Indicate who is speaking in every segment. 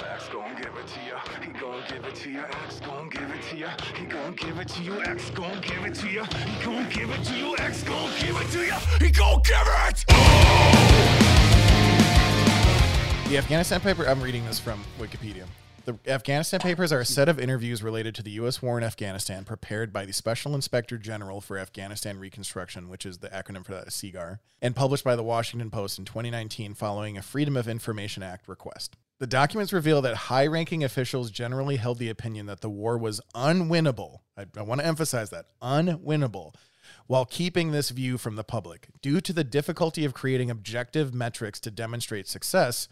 Speaker 1: X gon' give it to ya. He gon' give it to ya. X gon' give it to ya. He gon' give it to you. X gon' give it to ya. He gon' give it to you. X gon' give it to ya. He gon' give it.
Speaker 2: The Afghanistan paper, I'm reading this from Wikipedia. The Afghanistan papers are a set of interviews related to the U.S. war in Afghanistan prepared by the Special Inspector General for Afghanistan Reconstruction, which is the acronym for that, SIGAR, and published by the Washington Post in 2019 following a Freedom of Information Act request. The documents reveal that high ranking officials generally held the opinion that the war was unwinnable. I, I want to emphasize that unwinnable while keeping this view from the public. Due to the difficulty of creating objective metrics to demonstrate success,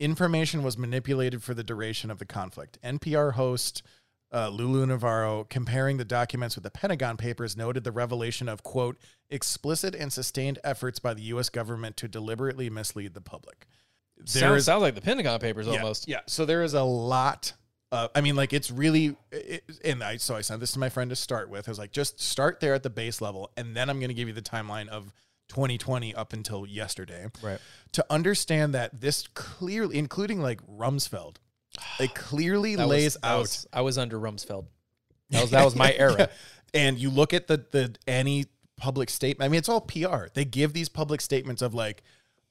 Speaker 2: information was manipulated for the duration of the conflict. NPR host uh, Lulu Navarro, comparing the documents with the Pentagon Papers, noted the revelation of, quote, explicit and sustained efforts by the U.S. government to deliberately mislead the public. There
Speaker 3: Sounds,
Speaker 2: is-
Speaker 3: sounds like the Pentagon Papers
Speaker 2: yeah,
Speaker 3: almost.
Speaker 2: Yeah. So there is a lot. Uh, I mean, like it's really, it, and I so I sent this to my friend to start with. I was like, just start there at the base level, and then I'm going to give you the timeline of 2020 up until yesterday,
Speaker 3: Right.
Speaker 2: To understand that this clearly, including like Rumsfeld, it clearly
Speaker 3: That was-
Speaker 2: lays
Speaker 3: that
Speaker 2: out
Speaker 3: was- I was under Rumsfeld. That was that was my era.
Speaker 2: and you look at the the any public statement. I mean, it's all PR. They give these public statements of like,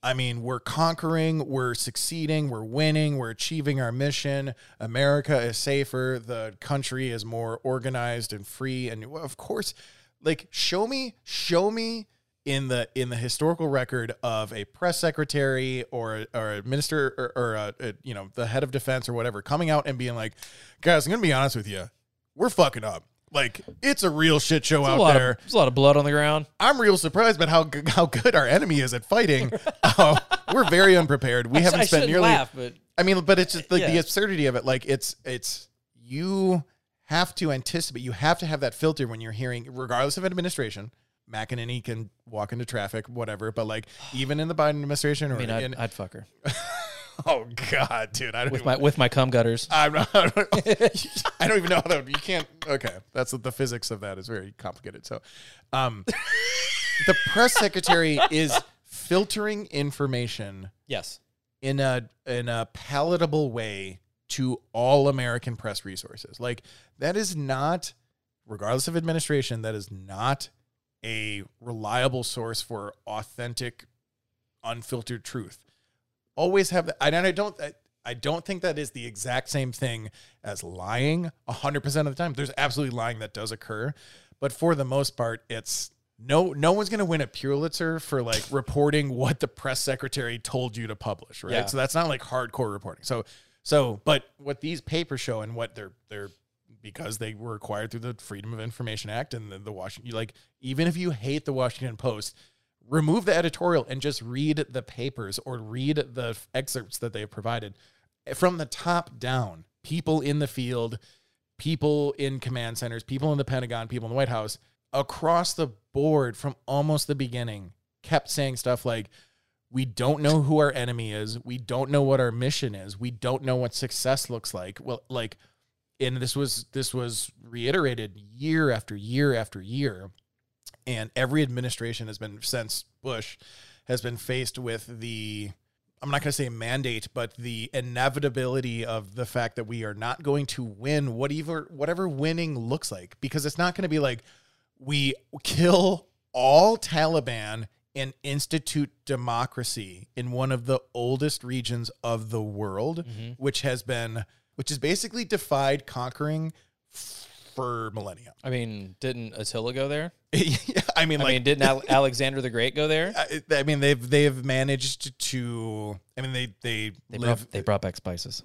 Speaker 2: I mean, we're conquering, we're succeeding, we're winning, we're achieving our mission. America is safer. The country is more organized and free. And well, of course, like show me, show me in the in the historical record of a press secretary or or a minister or, or a, a, you know the head of defense or whatever coming out and being like, guys, I'm gonna be honest with you, we're fucking up. Like it's a real shit show
Speaker 3: There's a
Speaker 2: out
Speaker 3: lot
Speaker 2: there.
Speaker 3: of there's a lot of blood on the ground.
Speaker 2: I'm real surprised about how g- how good our enemy is at fighting. Uh, we're very unprepared. We haven't
Speaker 3: I
Speaker 2: spent
Speaker 3: shouldn't
Speaker 2: nearly.
Speaker 3: laugh, but
Speaker 2: I mean, but it's just like the
Speaker 3: Yeah.
Speaker 2: absurdity of it. Like it's it's you have to anticipate. You have to have that filter when you're hearing, regardless of administration. McEnany can walk into traffic, whatever. But like, even in the Biden administration, or
Speaker 3: I mean,
Speaker 2: in,
Speaker 3: I'd, I'd fuck her
Speaker 2: oh god, dude, I don't
Speaker 3: with
Speaker 2: even,
Speaker 3: my with my cum gutters.
Speaker 2: I'm not, I don't- I don't even know how that. would- You can't. Okay, that's the physics of that is very complicated. So, um, the press secretary is filtering information
Speaker 3: Yes,
Speaker 2: in a in a palatable way to all American press resources. Like that is not, regardless of administration, that is not a reliable source for authentic, unfiltered truth. Always have that, and I don't. I, I don't think that is the exact same thing as lying 100% of the time. There's absolutely lying that does occur, but for the most part it's no no one's going to win a Pulitzer for like reporting what the press secretary told you to publish, right?
Speaker 3: Yeah.
Speaker 2: So that's not like hardcore reporting. So so but what these papers show and what they're they're because they were acquired through the Freedom of Information Act and the, the Washington like even if you hate the Washington Post, remove the editorial and just read the papers or read the f- excerpts that they have provided from the top down people in the field people in command centers people in the pentagon people in the white house across the board from almost the beginning kept saying stuff like we don't know who our enemy is we don't know what our mission is we don't know what success looks like well like and this was this was reiterated year after year after year and every administration has been since Bush has been faced with the I'm not going to say mandate, but the inevitability of the fact that we are not going to win whatever whatever winning looks like because it's not going to be like we kill all Taliban and institute democracy in one of the oldest regions of the world,
Speaker 3: Mm-hmm.
Speaker 2: which has been which has basically defied conquering f- for millennia.
Speaker 3: I mean, didn't Attila go there?
Speaker 2: I mean,
Speaker 3: I
Speaker 2: like
Speaker 3: mean, didn't Al- Alexander the Great go there?
Speaker 2: I, I mean, they've they've managed to. I mean, they they,
Speaker 3: They
Speaker 2: live.
Speaker 3: brought, they brought back spices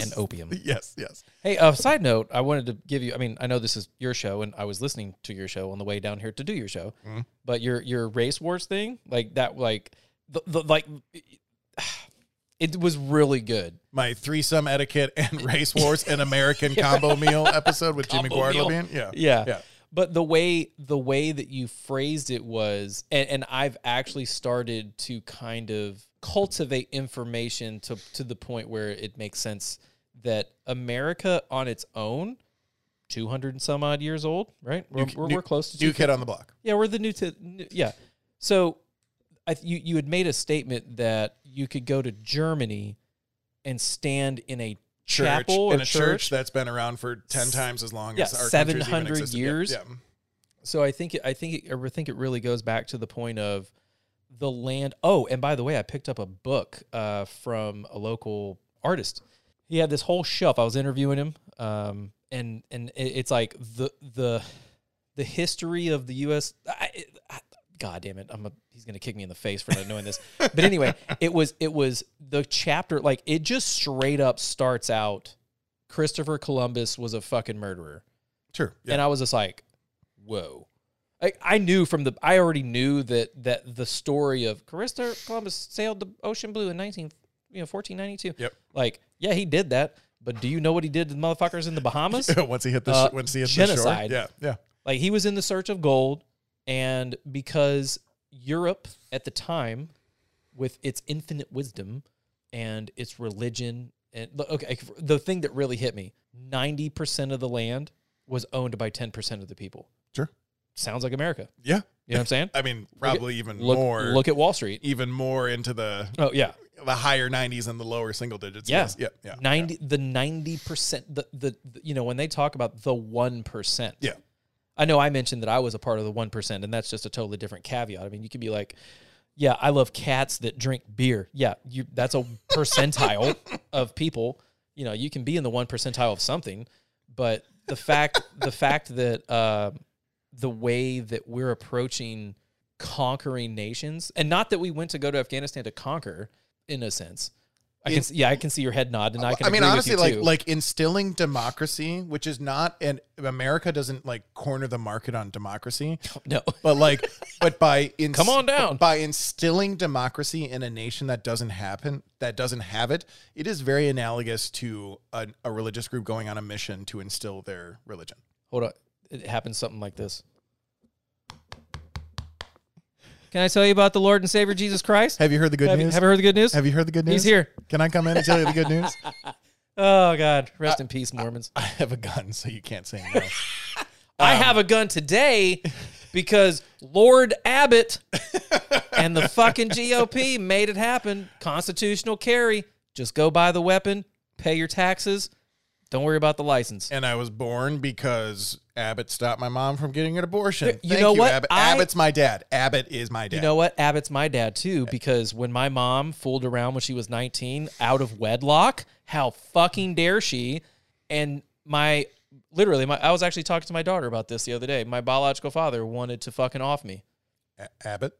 Speaker 3: and opium.
Speaker 2: yes, yes.
Speaker 3: Hey, uh, side note, I wanted to give you. I mean, I know this is your show, and I was listening to your show on the way down here to do your show. But your your race wars thing, like that, like the, the like, it was really good.
Speaker 2: My threesome etiquette and race wars and American combo meal episode with Jimmy
Speaker 3: Combo meal.
Speaker 2: Guadalupe. Yeah,
Speaker 3: Yeah.
Speaker 2: yeah.
Speaker 3: But the way the way that you phrased it was, and, and I've actually started to kind of cultivate information to to the point where it makes sense that America on its own, two hundred and some odd years old, right? We're, we're,
Speaker 2: New-
Speaker 3: we're close to
Speaker 2: New kid on the block.
Speaker 3: yeah, we're the new to new, yeah. So, I th- you you had made a statement that you could go to Germany and stand in a
Speaker 2: Church,
Speaker 3: chapel
Speaker 2: in
Speaker 3: or
Speaker 2: a
Speaker 3: church.
Speaker 2: church that's been around for ten times as long
Speaker 3: yeah,
Speaker 2: as our country's even
Speaker 3: 700
Speaker 2: existed. Yeah,
Speaker 3: years.
Speaker 2: Yeah,
Speaker 3: So I think it- I think it, I think it really goes back to the point of the land. Oh, and by the way, I picked up a book uh, from a local artist. He had this whole shelf. I was interviewing him, um, and and it, it's like the the the history of the U.S. I, I, God damn it! I'm a, he's gonna kick me in the face for not knowing this. But anyway, it was it was the chapter like it just straight up starts out. Christopher Columbus was a fucking murderer
Speaker 2: sure. Yeah.
Speaker 3: and I was just like, "Whoa!" I, I knew from the I already knew that that the story of Christopher Columbus sailed the ocean blue in nineteen you know fourteen ninety two.
Speaker 2: Yep.
Speaker 3: Like, yeah, he did that, but do you know what he did to the motherfuckers in the Bahamas?
Speaker 2: once he hit the
Speaker 3: Uh,
Speaker 2: sh- once he hit
Speaker 3: genocide.
Speaker 2: the shore, yeah, yeah,
Speaker 3: Like he was in the search of gold, and because Europe at the time, with its infinite wisdom and its religion, and look, okay, the thing that really hit me: ninety percent of the land was owned by ten percent of the people.
Speaker 2: Sure.
Speaker 3: sounds like America.
Speaker 2: yeah.
Speaker 3: You know what I'm saying?
Speaker 2: I mean, probably even
Speaker 3: Look,
Speaker 2: more,
Speaker 3: look at Wall Street.
Speaker 2: even more into the
Speaker 3: Oh yeah,
Speaker 2: the higher nineties and the lower single digits.
Speaker 3: Yeah.
Speaker 2: yes, yeah, yeah,
Speaker 3: ninety the ninety percent. The, the the- you know when they talk about the one percent.
Speaker 2: yeah.
Speaker 3: I know I mentioned that I was a part of the one percent, and that's just a totally different caveat. I mean, you could be like, "Yeah, I love cats that drink beer." Yeah, you that's a percentile of people. You know, you can be in the one percentile of something, but the fact the fact that uh, the way that we're approaching conquering nations, and not that we went to go to Afghanistan to conquer, in a sense. I can, see- yeah, I can see your head nod, and I can.
Speaker 2: I mean,
Speaker 3: agree with
Speaker 2: honestly,
Speaker 3: you
Speaker 2: like
Speaker 3: too.
Speaker 2: like instilling democracy, which is not, and America doesn't like corner the market on democracy,
Speaker 3: no,
Speaker 2: but like, but by ins-
Speaker 3: Come on down.
Speaker 2: by instilling democracy in a nation that doesn't happen, that doesn't have it, it is very analogous to a, a religious group going on a mission to instill their religion.
Speaker 3: Hold on. It happens something like this. Can I tell you about the Lord and Savior Jesus Christ?
Speaker 2: Have you heard the good
Speaker 3: Have you,
Speaker 2: news?
Speaker 3: have you heard the good news?
Speaker 2: Have you heard the good news?
Speaker 3: He's here.
Speaker 2: Can I come in and tell you the good news?
Speaker 3: Oh God, rest in peace, Mormons.
Speaker 2: I have a gun, so you can't say no.
Speaker 3: I have a gun today because Lord Abbott and the fucking GOP made it happen. Constitutional carry. Just go buy the weapon, pay your taxes. Don't worry about the license.
Speaker 2: and I was born because Abbott stopped my mom from getting an abortion.
Speaker 3: you
Speaker 2: Thank
Speaker 3: know what?
Speaker 2: Abbott.
Speaker 3: I-
Speaker 2: Abbott's my dad. Abbott is my dad.
Speaker 3: You know what? Abbott's my dad too, because when my mom fooled around when she was 19 out of wedlock, how fucking dare she? And my literally, my I was actually talking to my daughter about this the other day. My biological father wanted to fucking off me.
Speaker 2: A- Abbott.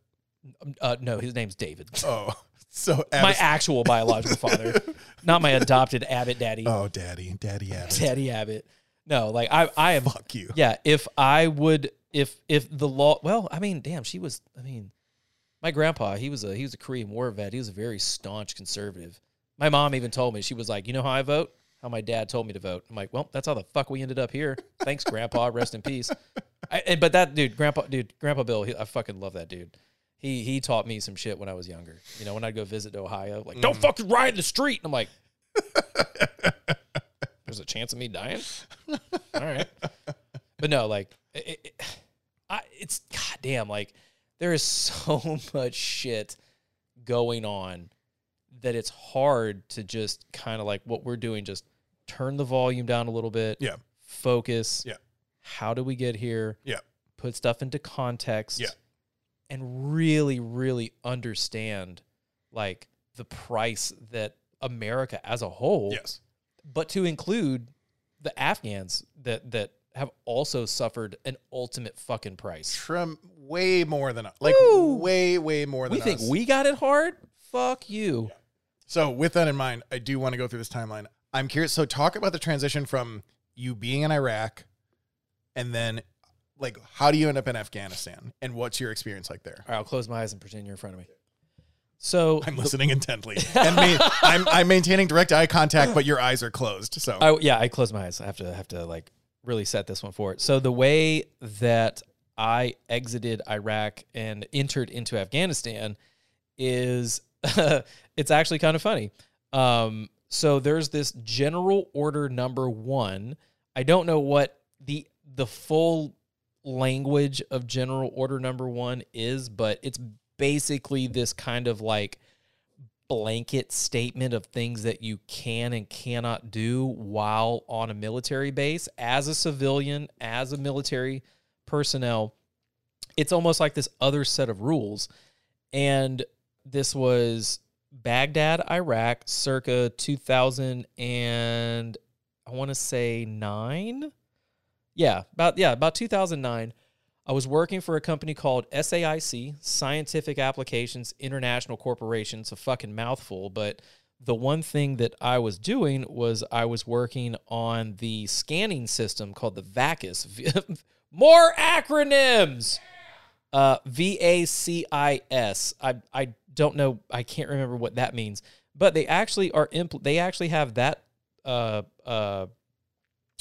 Speaker 3: Uh, no, his name's David.
Speaker 2: Oh, so
Speaker 3: My
Speaker 2: Abbott's,
Speaker 3: actual biological father, not my adopted Abbott daddy,
Speaker 2: oh, daddy, daddy Abbott.
Speaker 3: Daddy Abbott. No, like I, I am.
Speaker 2: Fuck you.
Speaker 3: Yeah, if I would, if if the law, well, I mean, damn, she was. I mean, my grandpa, he was a he was a Korean War vet. He was a very staunch conservative. My mom even told me she was like, you know how I vote? How my dad told me to vote. I'm like, well, that's how the fuck we ended up here. Thanks, grandpa. Rest in peace. I, and, but that dude, grandpa, dude, grandpa Bill, he, I fucking love that dude. He he taught me some shit when I was younger. You know, when I'd go visit to Ohio, like, don't fucking ride in the street. And I'm like, there's a chance of me dying. All right but no, like, it, it, I, it's goddamn. Like, there is so much shit going on that it's hard to just kind of like what we're doing. Just turn the volume down a little bit.
Speaker 2: Yeah.
Speaker 3: Focus.
Speaker 2: Yeah.
Speaker 3: How do we get here?
Speaker 2: Yeah.
Speaker 3: Put stuff into context.
Speaker 2: Yeah.
Speaker 3: And really, really understand like the price that America as a whole
Speaker 2: Yes.
Speaker 3: but to include the Afghans that that have also suffered an ultimate fucking price.
Speaker 2: Trim way more than like
Speaker 3: Woo!
Speaker 2: way way more than
Speaker 3: We think
Speaker 2: us.
Speaker 3: we got it hard. Fuck you.
Speaker 2: So with that in mind, I do want to go through this timeline. I'm curious. So talk about the transition from you being in Iraq, and then like how do you end up in Afghanistan, and what's your experience like there?
Speaker 3: All right, I'll close my eyes and pretend you're in front of me. So
Speaker 2: I'm listening intently, and ma- I'm, I'm maintaining direct eye contact, but your eyes are closed. So
Speaker 3: I, yeah, I close my eyes. I have to have to like really set this one for it. So the way that I exited Iraq and entered into Afghanistan is it's actually kind of funny. Um, so there's this general order number one. I don't know what the the full language of general order number one is, but it's basically this kind of like blanket statement of things that you can and cannot do while on a military base as a civilian, as a military personnel. It's almost like this other set of rules. And this was Baghdad, Iraq, circa 2000 and I want to say 9. Yeah, about yeah, about 2009. I was working for a company called SAIC, Scientific Applications International Corporation. It's a fucking mouthful, but the one thing that I was doing was I was working on the scanning system called the VACIS. More acronyms. Uh, V A C I S. I I don't know. I can't remember what that means. But they actually are impl- They actually have that uh, uh,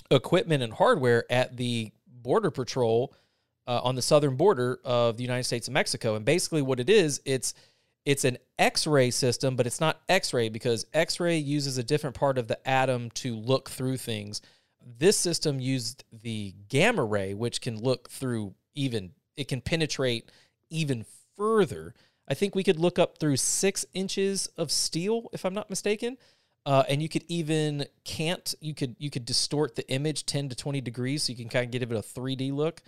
Speaker 3: equipment and hardware at the border patrol uh, on the southern border of the United States and Mexico. And basically, what it is, it's it's an X-ray system, but it's not X-ray because X-ray uses a different part of the atom to look through things. This system used the gamma ray, which can look through even it can penetrate even further. I think we could look up through six inches of steel, if I'm not mistaken. Uh, and you could even cant, you could you could distort the image 10 to 20 degrees, so you can kind of give it a 3D look.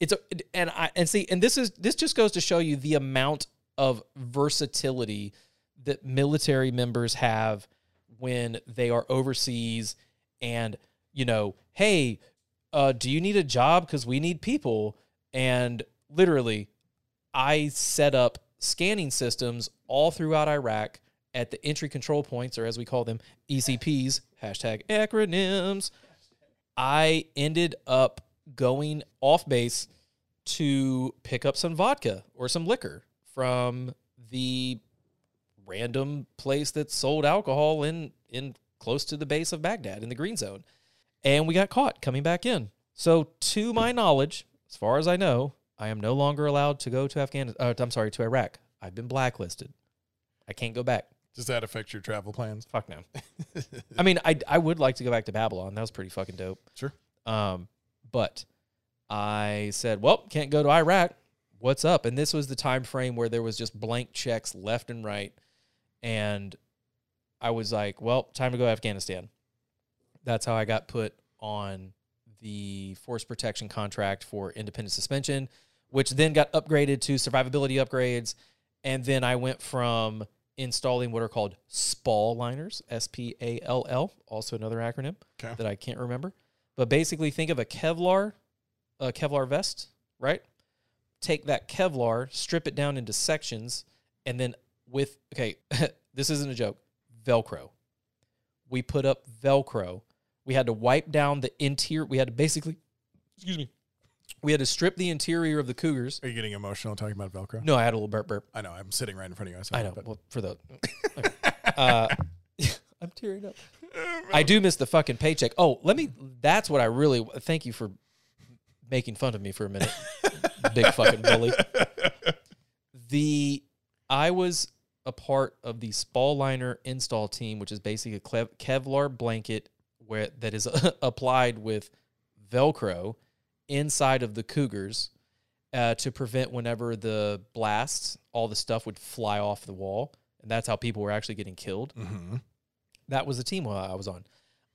Speaker 3: It's a and I and see and this is this just goes to show you the amount of versatility that military members have when they are overseas and you know hey uh, do you need a job because we need people and literally i set up scanning systems all throughout iraq at the entry control points or as we call them ecps hashtag acronyms i ended up going off base to pick up some vodka or some liquor from the random place that sold alcohol in in close to the base of Baghdad in the green zone. And we got caught coming back in. So to my knowledge, as far as I know, I am no longer allowed to go to Afghanistan. Uh, I'm sorry, to Iraq. I've been blacklisted. I can't go back.
Speaker 2: Does that affect your travel plans?
Speaker 3: Fuck no. I mean, I I would like to go back to Babylon. That was pretty fucking dope.
Speaker 2: Sure.
Speaker 3: Um, but I said, "Well, can't go to Iraq. What's up?" And this was the time frame where there was just blank checks left and right, and I was like, "Well, time to go to Afghanistan." That's how I got put on the force protection contract for independent suspension, which then got upgraded to survivability upgrades, and then I went from installing what are called SPAL liners, S P A L L, also another acronym
Speaker 2: Okay.
Speaker 3: that I can't remember. But basically, think of a Kevlar, a Kevlar vest, right? Take that Kevlar, strip it down into sections, and then with okay, this isn't a joke. Velcro. We put up Velcro. We had to wipe down the interior. We had to basically, excuse me, we had to strip the interior of the Cougars.
Speaker 2: Are you getting emotional talking about Velcro?
Speaker 3: No, I had a little burp burp.
Speaker 2: I know. I'm sitting right in front of you. I, saw
Speaker 3: I
Speaker 2: it,
Speaker 3: know.
Speaker 2: but-
Speaker 3: Well, for the, okay. uh, I'm tearing up. I do miss the fucking paycheck. Oh, let me. That's what I really thank you for making fun of me for a minute, big fucking bully. The I was a part of the Spall Liner install team, which is basically a Klev- Kevlar blanket where that is applied with Velcro inside of the Cougars uh, to prevent whenever the blasts, all the stuff would fly off the wall. And that's how people were actually getting killed.
Speaker 2: Mhm.
Speaker 3: That was the team I was on.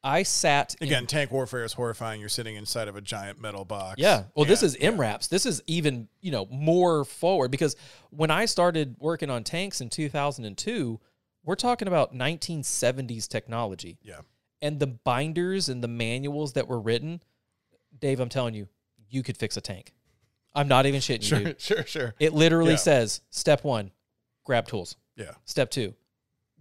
Speaker 3: I sat in-
Speaker 2: Again, tank warfare is horrifying. You're sitting inside of a giant metal box.
Speaker 3: yeah. Well, this
Speaker 2: Yeah.
Speaker 3: is MRAPs. This is even, you know, more forward because when I started working on tanks in 2002, we're talking about 1970s technology.
Speaker 2: Yeah.
Speaker 3: And the binders and the manuals that were written, Dave, I'm telling you, you could fix a tank. I'm not even shitting you.
Speaker 2: Sure,
Speaker 3: dude.
Speaker 2: sure, sure.
Speaker 3: It literally
Speaker 2: Yeah.
Speaker 3: says step one, grab tools.
Speaker 2: Yeah.
Speaker 3: Step two,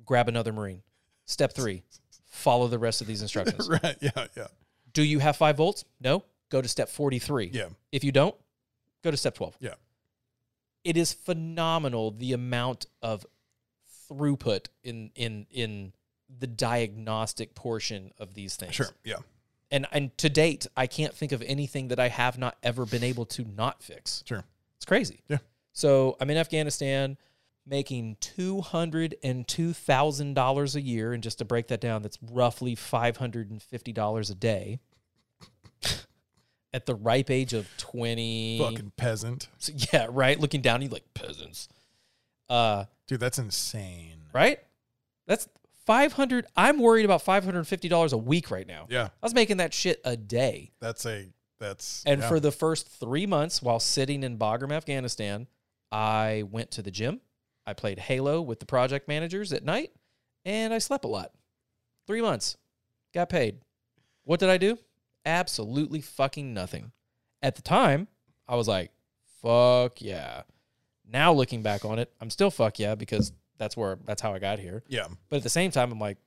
Speaker 3: grab another Marine. Step three, follow the rest of these instructions.
Speaker 2: Right. Yeah. Yeah.
Speaker 3: Do you have five volts? No. Go to step 43.
Speaker 2: Yeah.
Speaker 3: If you don't, go to step 12.
Speaker 2: Yeah.
Speaker 3: It is phenomenal the amount of throughput in in in the diagnostic portion of these things.
Speaker 2: Sure. Yeah.
Speaker 3: And and to date, I can't think of anything that I have not ever been able to not fix.
Speaker 2: Sure.
Speaker 3: It's crazy.
Speaker 2: Yeah.
Speaker 3: So I'm in Afghanistan making two hundred and two thousand dollars a year, and just to break that down, that's roughly five hundred and fifty dollars a day. At the ripe age of twenty,
Speaker 2: Fucking peasant.
Speaker 3: so, yeah, right. Looking down, you like peasants, uh,
Speaker 2: Dude, that's insane.
Speaker 3: right? That's 500. I'm worried about $550 a week right now.
Speaker 2: Yeah,
Speaker 3: I was making that shit a day.
Speaker 2: that's a that's
Speaker 3: And
Speaker 2: yeah.
Speaker 3: for the first three months while sitting in Bagram, Afghanistan, I went to the gym. I played Halo with the project managers at night and I slept a lot. Three months. Got paid. What did I do? Absolutely fucking nothing. At the time, I was like, fuck yeah. Now looking back on it, I'm still fuck yeah because that's where that's how I got here.
Speaker 2: yeah,
Speaker 3: But at the same time, I'm like,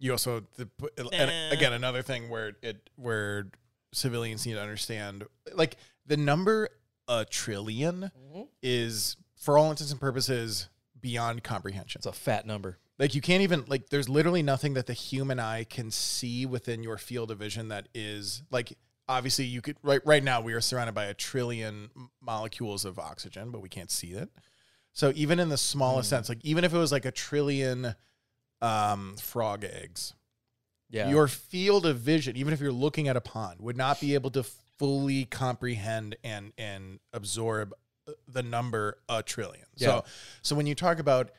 Speaker 2: you also the, and again another thing where it where civilians need to understand like the number a trillion is for all intents and purposes beyond comprehension.
Speaker 3: it's a fat number.
Speaker 2: Like you can't even like there's literally nothing that the human eye can see within your field of vision that is like obviously you could right right now we are surrounded by a trillion m- molecules of oxygen but we can't see it. So even in the smallest sense like even if it was like a trillion um frog eggs
Speaker 3: Yeah.
Speaker 2: your field of vision even if you're looking at a pond would not be able to fully comprehend and and absorb uh, the number a trillion so so when you talk about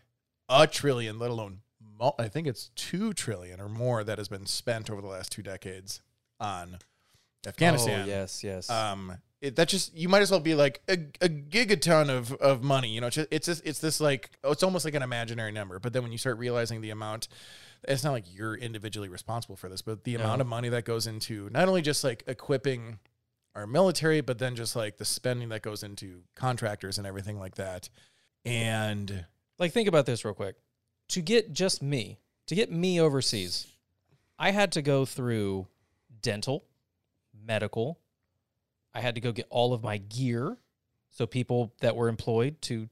Speaker 2: a trillion let alone mul- i think it's 2 trillion or more that has been spent over the last two decades on afghanistan
Speaker 3: Oh, yes, yes.
Speaker 2: um it, that just you might as well be like a, a gigaton of of money you know it's just, it's just, it's this like oh, it's almost like an imaginary number but then when you start realizing the amount it's not like you're individually responsible for this but the amount
Speaker 3: No.
Speaker 2: of money that goes into not only just like equipping our military but then just like the spending that goes into contractors and everything like that and
Speaker 3: like think about this real quick to get just me to get me overseas i had to go through dental medical i had to go get all of my gear so people that were employed to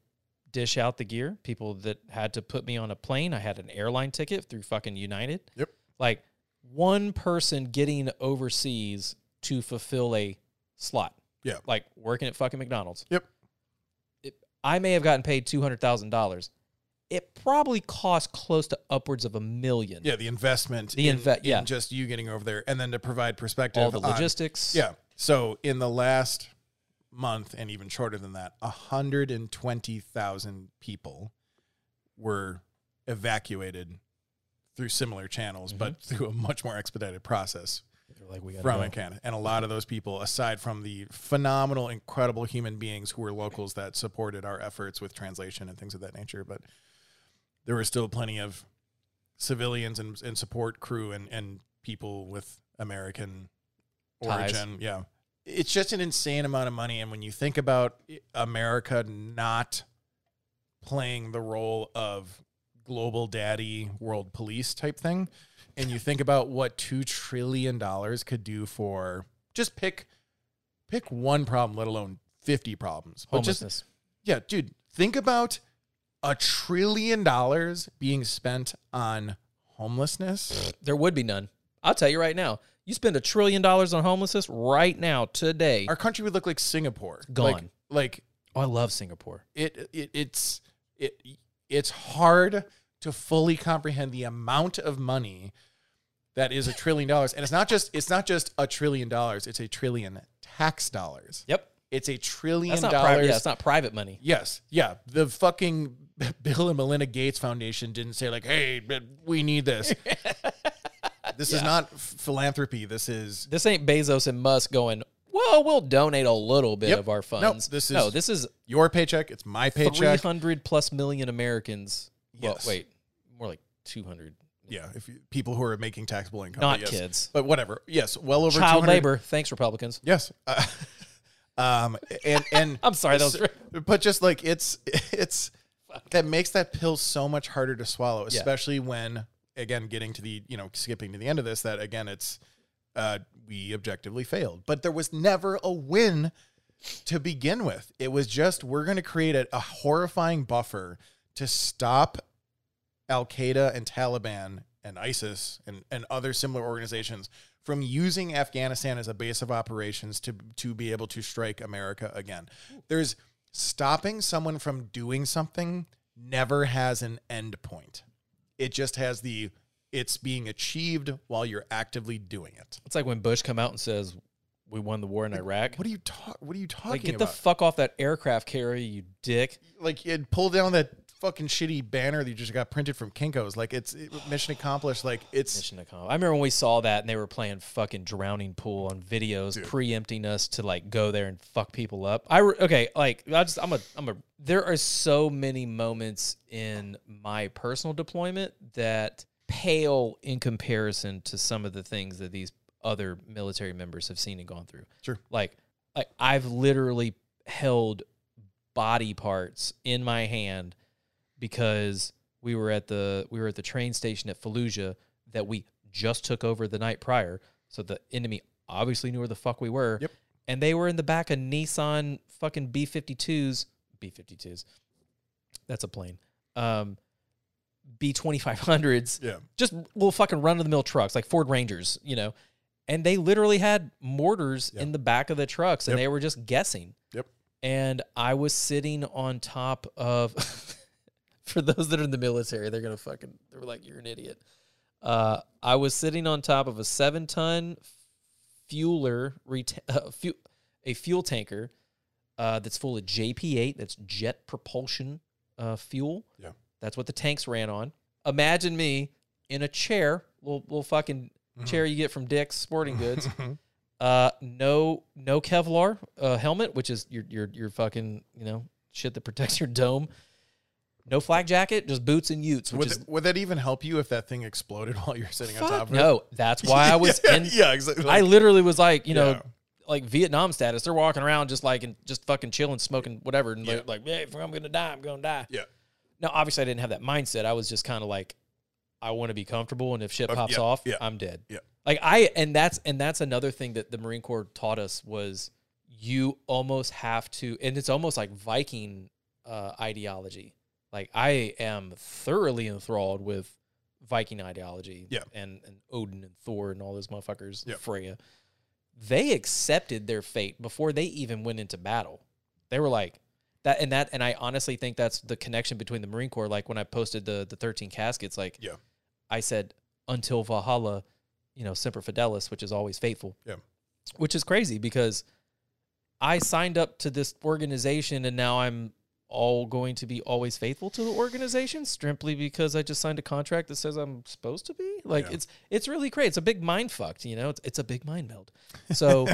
Speaker 3: dish out the gear people that had to put me on a plane i had an airline ticket through fucking united
Speaker 2: Yep.
Speaker 3: like one person getting overseas to fulfill a slot
Speaker 2: Yeah.
Speaker 3: like working at fucking mcdonald's
Speaker 2: Yep.
Speaker 3: it, i may have gotten paid $200000 it probably cost close to upwards of a million
Speaker 2: yeah the investment
Speaker 3: The inve-
Speaker 2: in
Speaker 3: yeah.
Speaker 2: just you getting over there and then to provide perspective
Speaker 3: all the
Speaker 2: on-
Speaker 3: logistics
Speaker 2: Yeah. So in the last month and even shorter than that, 120,000 people were evacuated through similar channels, but through a much more expedited process
Speaker 3: They're like we gotta
Speaker 2: from
Speaker 3: go.
Speaker 2: Canada. And a lot of those people, aside from the phenomenal, incredible human beings who were locals that supported our efforts with translation and things of that nature, but there were still plenty of civilians and, and support crew and, and people with American
Speaker 3: Ties.
Speaker 2: origin. Yeah. It's just an insane amount of money. And when you think about America not playing the role of global daddy world police type thing and you think about what 2 trillion dollars could do for just pick pick one problem let alone 50 problems but just
Speaker 3: homelessness
Speaker 2: yeah dude think about a trillion dollars being spent on homelessness
Speaker 3: there would be none i'll tell you right now you spend a trillion dollars on homelessness right now today
Speaker 2: our country would look like singapore like,
Speaker 3: Gone.
Speaker 2: like
Speaker 3: oh, i love singapore
Speaker 2: it, it it's it it's hard to fully comprehend the amount of money that is a trillion dollars and it's not just it's not just a trillion dollars it's a trillion tax dollars
Speaker 3: yep
Speaker 2: it's a trillion
Speaker 3: that's not
Speaker 2: dollars
Speaker 3: private yeah, it's not private money
Speaker 2: yes yeah the fucking bill and melinda gates foundation didn't say like hey but we need this this is not philanthropy this is
Speaker 3: this ain't bezos and musk going well we'll donate a little bit
Speaker 2: Yep.
Speaker 3: of our
Speaker 2: No,
Speaker 3: funds
Speaker 2: this
Speaker 3: no
Speaker 2: is-
Speaker 3: this is
Speaker 2: your paycheck it's my paycheck
Speaker 3: 300 plus million Americans. Well,
Speaker 2: Yes.
Speaker 3: wait, more like 200.
Speaker 2: yeah if you, people who are making taxable income
Speaker 3: Not
Speaker 2: Oh, yes.
Speaker 3: kids.
Speaker 2: but whatever yes well over
Speaker 3: Child
Speaker 2: 200
Speaker 3: labor. Thanks, Republicans.
Speaker 2: Yes. Uh, um, and and
Speaker 3: I'm sorry, that was-
Speaker 2: but just like it's it's that makes that pill so much harder to swallow, especially when again getting to the you know skipping to the end of this that again it's uh, we objectively failed, but there was never a win to begin with. It was just we're going to create a, a horrifying buffer to stop Al Qaeda and Taliban and ISIS and, and other similar organizations from using Afghanistan as a base of operations to to be able to strike America again. There's stopping someone from doing something never has an end point. It just has the it's being achieved while you're actively doing it.
Speaker 3: It's like when Bush come out and says, we won the war in Iraq.
Speaker 2: What are you talk what are you talking
Speaker 3: like, get the
Speaker 2: about?
Speaker 3: fuck off that aircraft carrier, you dick.
Speaker 2: like it pull down that fucking shitty banner that you just got printed from Kinko's. Like it's it, mission accomplished. Like it's
Speaker 3: Mission accomplished. I remember when we saw that and they were playing fucking drowning pool on videos, preempting us to like go there and fuck people up. I re- okay, like I just I'm a I'm a. There are so many moments in my personal deployment that pale in comparison to some of the things that these other military members have seen and gone through.
Speaker 2: Sure.
Speaker 3: Like, like I've literally held body parts in my hand because we were at the we were at the train station at Fallujah that we just took over the night prior. So the enemy obviously knew where the fuck we were.
Speaker 2: Yep.
Speaker 3: And they were in the back of Nissan fucking B fifty twos. B fifty twos. That's a plane. Um B twenty five hundreds
Speaker 2: yeah.
Speaker 3: just little fucking run of the mill trucks, like Ford Rangers, you know. And they literally had mortars in the back of the trucks and
Speaker 2: Yep.
Speaker 3: they were just guessing.
Speaker 2: Yep.
Speaker 3: And I was sitting on top of, for those that are in the military, they're going to fucking, they're like, you're an idiot. Uh, I was sitting on top of a seven ton fueler, reta- uh, fu- a fuel tanker uh, that's full of JP8, that's jet propulsion uh, fuel.
Speaker 2: Yeah.
Speaker 3: That's what the tanks ran on. Imagine me in a chair, little, little fucking chair you get from Dick's Sporting Goods. uh, no, no Kevlar uh, helmet, which is your your your fucking you know shit that protects your dome. No flak jacket, just boots and utes, which
Speaker 2: Would,
Speaker 3: is
Speaker 2: th- would that even help you if that thing exploded while you're sitting on
Speaker 3: Fuck
Speaker 2: top of it?
Speaker 3: no. That's why I was
Speaker 2: yeah,
Speaker 3: in.
Speaker 2: yeah, exactly.
Speaker 3: I literally was like, you know,
Speaker 2: Yeah.
Speaker 3: like Vietnam status. They're walking around just like and just fucking chilling, smoking whatever, and
Speaker 2: Yeah.
Speaker 3: like, like, hey, if I'm gonna die, I'm gonna die.
Speaker 2: yeah.
Speaker 3: Now, obviously, I didn't have that mindset. I was just kind of like, I want to be comfortable, and if shit
Speaker 2: Uh,
Speaker 3: pops
Speaker 2: yeah,
Speaker 3: off,
Speaker 2: yeah,
Speaker 3: I'm dead.
Speaker 2: yeah.
Speaker 3: Like I, and that's and that's another thing that the Marine Corps taught us was you almost have to, and it's almost like Viking uh, ideology. Like I am thoroughly enthralled with Viking ideology,
Speaker 2: Yeah.
Speaker 3: and and Odin and Thor and all those motherfuckers,
Speaker 2: Yeah.
Speaker 3: Freya. They accepted their fate before they even went into battle. They were like, that and that and I honestly think that's the connection between the Marine Corps. Like when I posted the the thirteen caskets, like
Speaker 2: Yeah.
Speaker 3: I said until Valhalla, you know, semper fidelis, which is always faithful.
Speaker 2: Yeah.
Speaker 3: which is crazy because I signed up to this organization and now I'm all going to be always faithful to the organization simply because I just signed a contract that says I'm supposed to be. Like
Speaker 2: Yeah.
Speaker 3: it's it's really crazy. It's a big mind fucked. You know, it's it's a big mind meld. So,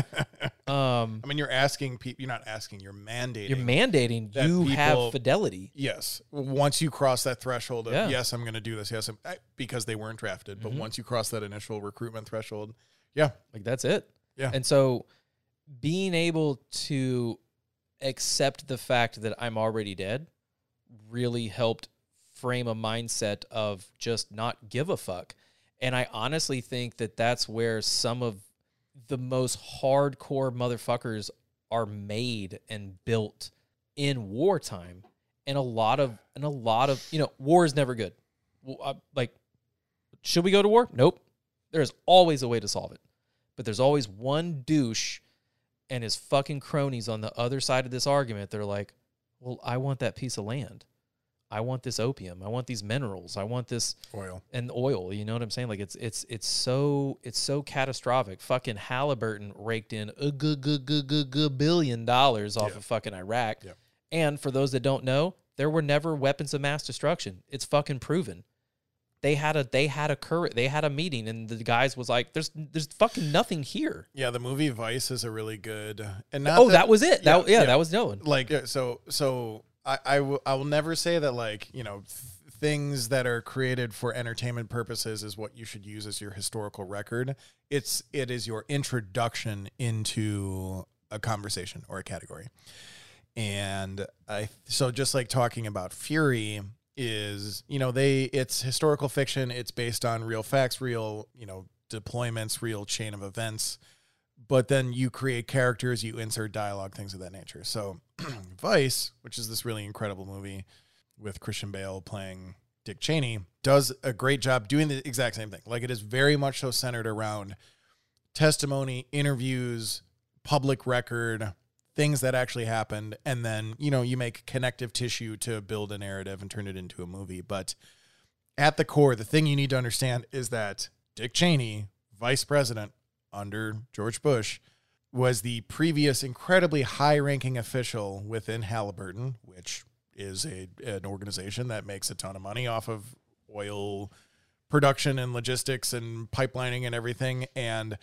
Speaker 3: um,
Speaker 2: I mean, you're asking people. You're not asking. You're mandating.
Speaker 3: you're mandating
Speaker 2: That
Speaker 3: you
Speaker 2: people-
Speaker 3: have fidelity.
Speaker 2: yes. Once you cross that threshold of
Speaker 3: Yeah. Mm-hmm.
Speaker 2: yes, I'm going to do this. Yes, I'm, I, because they weren't drafted. But once you cross that initial recruitment threshold, yeah,
Speaker 3: Like that's it.
Speaker 2: Yeah.
Speaker 3: And so being able to accept the fact that I'm already dead really helped frame a mindset of just not give a fuck. And I honestly think that that's where some of the most hardcore motherfuckers are made and built in wartime. And a lot of and a lot of you know war is never good. Well, I- Like, should we go to war? Nope. There is always a way to solve it but there's always one douche and his fucking cronies on the other side of this argument. They're like, well, I want that piece of land. I want this opium. I want these minerals. I want this
Speaker 2: oil.
Speaker 3: and oil. You know what I'm saying? Like it's it's it's so it's so catastrophic. Fucking Halliburton raked in a good good good good good billion dollars off
Speaker 2: Yeah.
Speaker 3: of fucking Iraq.
Speaker 2: Yeah.
Speaker 3: And for those that don't know, there were never weapons of mass destruction. It's fucking proven. They had a they had a cur- they had a meeting and the guys was like, there's there's fucking nothing here.
Speaker 2: Yeah, the movie Vice is a really good. And not
Speaker 3: oh, that, was it.
Speaker 2: yeah,
Speaker 3: that yeah,
Speaker 2: yeah.
Speaker 3: that was Dylan.
Speaker 2: like yeah, so so I I will I will never say that like you know th- things that are created for entertainment purposes is what you should use as your historical record. It's it is your introduction into a conversation or a category. And I so just like talking about Fury is you know they it's historical fiction, it's based on real facts, real, you know, deployments, real chain of events but then you create characters, you insert dialogue, things of that nature. So, Vice, which is this really incredible movie with Christian Bale playing Dick Cheney, does a great job doing the exact same thing. Like, it is very much so centered around testimony, interviews, public record, things that actually happened. And then, you know, you make connective tissue to build a narrative and turn it into a movie. But at the core, the thing you need to understand is that Dick Cheney, vice president under George Bush, was the previous incredibly high ranking official within Halliburton, which is a an organization that makes a ton of money off of oil production and logistics and pipelining and everything and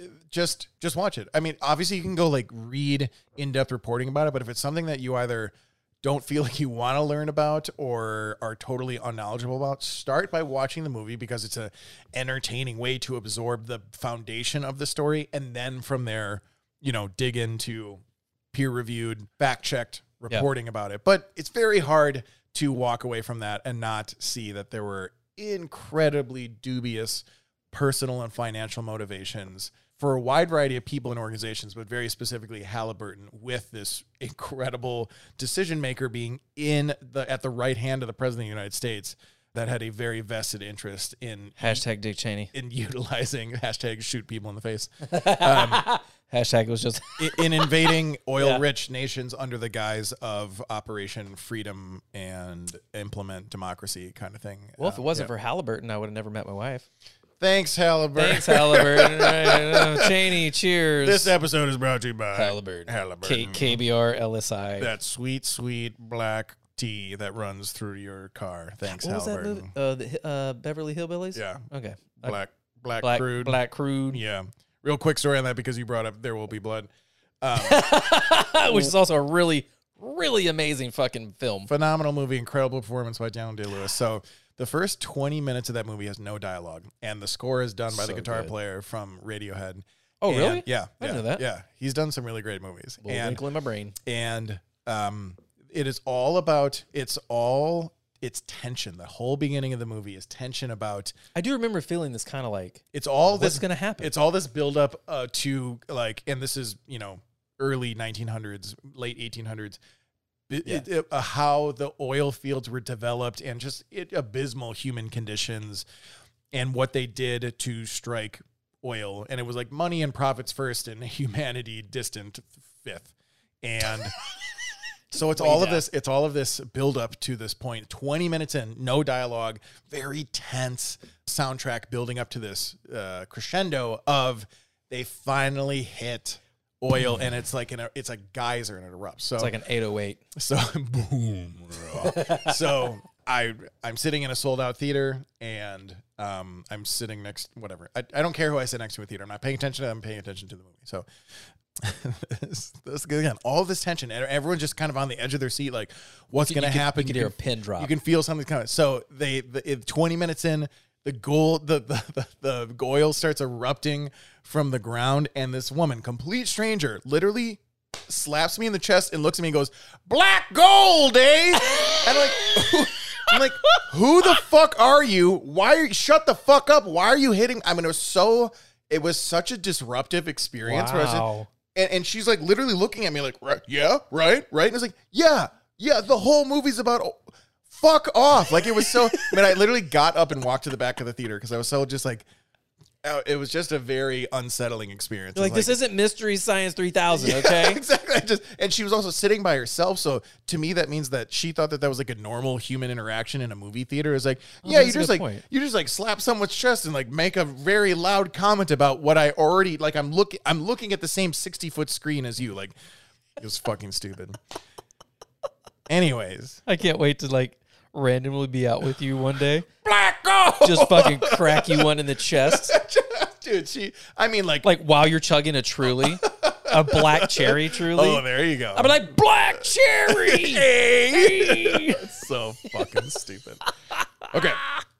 Speaker 2: uh, just just watch it. I mean, obviously you can go like read in-depth reporting about it, but if it's something that you either don't feel like you want to learn about or are totally unknowledgeable about, start by watching the movie because it's a entertaining way to absorb the foundation of the story and then from there, you know, dig into peer reviewed, fact checked reporting about it. But it's very hard to walk away from that and not see that there were incredibly dubious personal and financial motivations for a wide variety of people and organizations, but very specifically Halliburton, with this incredible decision maker being in the at the right hand of the president of the United States that had a very vested interest in
Speaker 3: Hashtag Dick Cheney.
Speaker 2: in utilizing hashtag shoot people in the face Um,
Speaker 3: Hashtag was just
Speaker 2: i- in invading oil rich nations under the guise of Operation Freedom and implement democracy kind of thing.
Speaker 3: well. If
Speaker 2: Uh,
Speaker 3: it wasn't
Speaker 2: yeah.
Speaker 3: for Halliburton, I would have never met my wife.
Speaker 2: thanks, Halliburton.
Speaker 3: Thanks, Halliburton. Uh, Cheney, cheers.
Speaker 2: This episode is brought to you by
Speaker 3: Halliburton. K-
Speaker 2: Halliburton.
Speaker 3: KBR LSI.
Speaker 2: that sweet, sweet black tea that runs through your car. Thanks,
Speaker 3: what was that
Speaker 2: Halliburton.
Speaker 3: movie? Uh, the, uh, Beverly Hillbillies.
Speaker 2: Yeah,
Speaker 3: Okay.
Speaker 2: black, black,
Speaker 3: Black
Speaker 2: crude.
Speaker 3: Black Crude,
Speaker 2: Yeah. Real quick story on that because you brought up "There Will Be Blood."
Speaker 3: which is also a really, really amazing fucking film.
Speaker 2: phenomenal movie, incredible performance by Daniel Day Lewis. So the first 20 minutes of that movie has no dialogue, and the score is done by the
Speaker 3: So
Speaker 2: guitar
Speaker 3: good.
Speaker 2: player from Radiohead.
Speaker 3: Oh,
Speaker 2: And-
Speaker 3: really?
Speaker 2: Yeah,
Speaker 3: I
Speaker 2: yeah,
Speaker 3: didn't know that.
Speaker 2: Yeah, he's done some really great movies,
Speaker 3: Little
Speaker 2: and
Speaker 3: wrinkle in my brain.
Speaker 2: and um, it is all about it's all it's tension. The whole beginning of the movie is tension about
Speaker 3: I do remember feeling this kind of like
Speaker 2: it's all
Speaker 3: what's
Speaker 2: this
Speaker 3: going to happen.
Speaker 2: it's all this buildup uh, to like, and this is you know early 1900s, late 1800s. bi- it- it- uh, how the oil fields were developed and just it, abysmal human conditions and what they did to strike oil and it was like money and profits first and humanity distant fifth and so it's all of
Speaker 3: down.
Speaker 2: this it's all of this build up to this point 20 minutes in no dialogue very tense soundtrack building up to this uh, crescendo of they finally hit oil and it's like an it's a geyser and it erupts so
Speaker 3: It's like an 808.
Speaker 2: so boom. so I I'm sitting in a sold out theater and um I'm sitting next whatever. I, I don't care who I sit next to in a theater. I'm not paying attention to them, I'm paying attention to the movie. So this, this again, all this tension and everyone's just kind of on the edge of their seat like what's going to
Speaker 3: you can-
Speaker 2: happen?
Speaker 3: you can hear a pin drop.
Speaker 2: You can feel something coming. So they the, if 20 minutes in the gold the the, the the oil starts erupting from the ground and this woman complete stranger literally slaps me in the chest and looks at me and goes, "Black gold, eh?" And I'm like, I'm like, "Who the fuck are you? Why? Are you, shut the fuck up! Why are you hitting?" I mean, it was so. It was such a disruptive experience. Where I was like-
Speaker 3: Wow.
Speaker 2: and, and she's like literally looking at me like, right, yeah, right, right. And I was like, yeah, yeah. The whole movie's about. Oh, fuck off! Like it was so. I mean, I literally got up and walked to the back of the theater because I was so just like. uh, It was just a very unsettling experience.
Speaker 3: You're
Speaker 2: It
Speaker 3: like,
Speaker 2: was
Speaker 3: this isn't Mystery Science 3000, okay?
Speaker 2: exactly. I just and she was also sitting by herself, so to me that means that she thought that that was like a normal human interaction in a movie theater. Is like, yeah,
Speaker 3: Oh, that's
Speaker 2: you
Speaker 3: a
Speaker 2: just
Speaker 3: good
Speaker 2: like
Speaker 3: point.
Speaker 2: you just like slap someone's chest and like make a very loud comment about what I already like. I'm looking, I'm looking at the same sixty foot screen as you. Like, it was fucking stupid. Anyways,
Speaker 3: I can't wait to like randomly be out with you one day.
Speaker 2: black gold,
Speaker 3: Just fucking crack you one in the chest.
Speaker 2: dude. She, I mean, like,
Speaker 3: Like while you're chugging a truly, a black cherry truly.
Speaker 2: oh, there you go.
Speaker 3: I'm like, black cherry! Uh, Hey!
Speaker 2: so fucking stupid. Okay,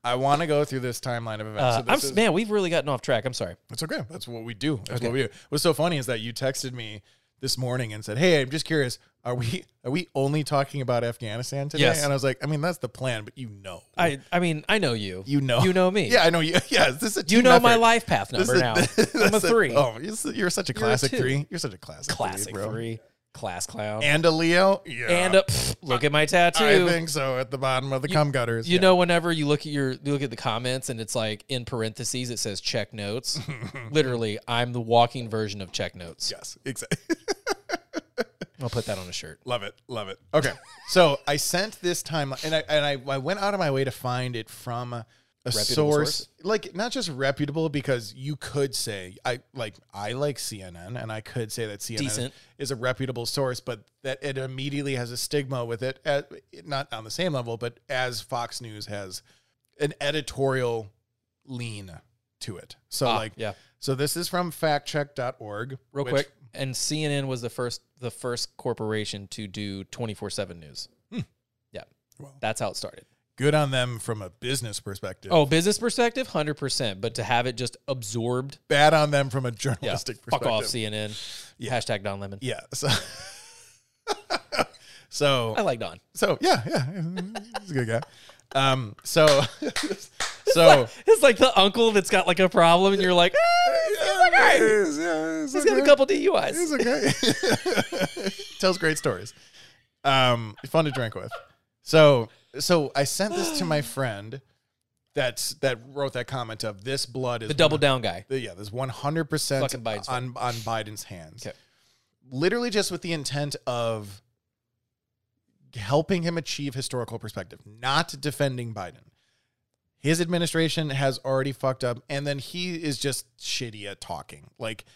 Speaker 2: I want to go through this timeline of events.
Speaker 3: Uh,
Speaker 2: So this
Speaker 3: I'm,
Speaker 2: is-
Speaker 3: man, we've really gotten off track. I'm sorry.
Speaker 2: That's okay. That's what we do. That's what we do. What's so funny is that you texted me this morning and said, "Hey, I'm just curious. Are we are we only talking about Afghanistan today?"
Speaker 3: Yes.
Speaker 2: And I was like, "I mean, that's the plan, but you know,
Speaker 3: I I mean, I know you.
Speaker 2: you know,
Speaker 3: You know me.
Speaker 2: Yeah, I know you. Yeah, this is a
Speaker 3: You
Speaker 2: team
Speaker 3: know my
Speaker 2: effort.
Speaker 3: life path
Speaker 2: This
Speaker 3: number
Speaker 2: is-
Speaker 3: now.
Speaker 2: this
Speaker 3: I'm a
Speaker 2: is
Speaker 3: three.
Speaker 2: Oh, you're, you're such a classic
Speaker 3: two.
Speaker 2: three. You're such a classic,
Speaker 3: Classic
Speaker 2: three, bro.
Speaker 3: three. Class clown.
Speaker 2: and a Leo. Yeah,
Speaker 3: And a pff, look at my tattoo.
Speaker 2: I think so. At the bottom of the cum gutters,
Speaker 3: You
Speaker 2: Yeah.
Speaker 3: know, whenever you look at your you look at the comments and it's like in parentheses, it says check notes. Literally, I'm the walking version of check notes.
Speaker 2: Yes, exactly.
Speaker 3: I'll put that on a shirt.
Speaker 2: Love it. Love it. Okay. so I sent this timeline and I and I, I went out of my way to find it from a
Speaker 3: Reputable
Speaker 2: source,
Speaker 3: source?
Speaker 2: like not just reputable because you could say I like I like CNN and I could say that CNN
Speaker 3: Decent.
Speaker 2: is a reputable source, but that it immediately has a stigma with it, as, not on the same level, but as Fox News has an editorial lean to it. So
Speaker 3: Ah,
Speaker 2: like
Speaker 3: yeah.
Speaker 2: So this is from factcheck.org.
Speaker 3: Real
Speaker 2: which-
Speaker 3: quick, and CNN was the first the first corporation to do twenty four seven news. Yeah,
Speaker 2: Hmm. Wow.
Speaker 3: that's how it started.
Speaker 2: Good on them from a business perspective.
Speaker 3: Oh, business perspective, hundred percent. But to have it just absorbed,
Speaker 2: Bad on them from a
Speaker 3: yeah,
Speaker 2: journalistic
Speaker 3: fuck
Speaker 2: perspective.
Speaker 3: off CNN. Hashtag Don Lemon.
Speaker 2: Yeah. So So
Speaker 3: I like Don.
Speaker 2: so yeah, yeah. He's a good guy. Um so so
Speaker 3: It's like the uncle that's got like a problem, and you're like, ah,
Speaker 2: yeah, he's, yeah, he's
Speaker 3: he's got a
Speaker 2: okay.
Speaker 3: couple DUIs.
Speaker 2: He's okay. Tells great stories. Um fun to drink with. So so I sent this to my friend that's that wrote that comment of this blood is
Speaker 3: The double down guy.
Speaker 2: The- yeah, there's 100 percent
Speaker 3: Fucking Biden's
Speaker 2: on on Biden's hands.
Speaker 3: Okay.
Speaker 2: Literally, just with the intent of helping him achieve historical perspective, not defending Biden. His administration has already fucked up, and then he is just shitty at talking. Like,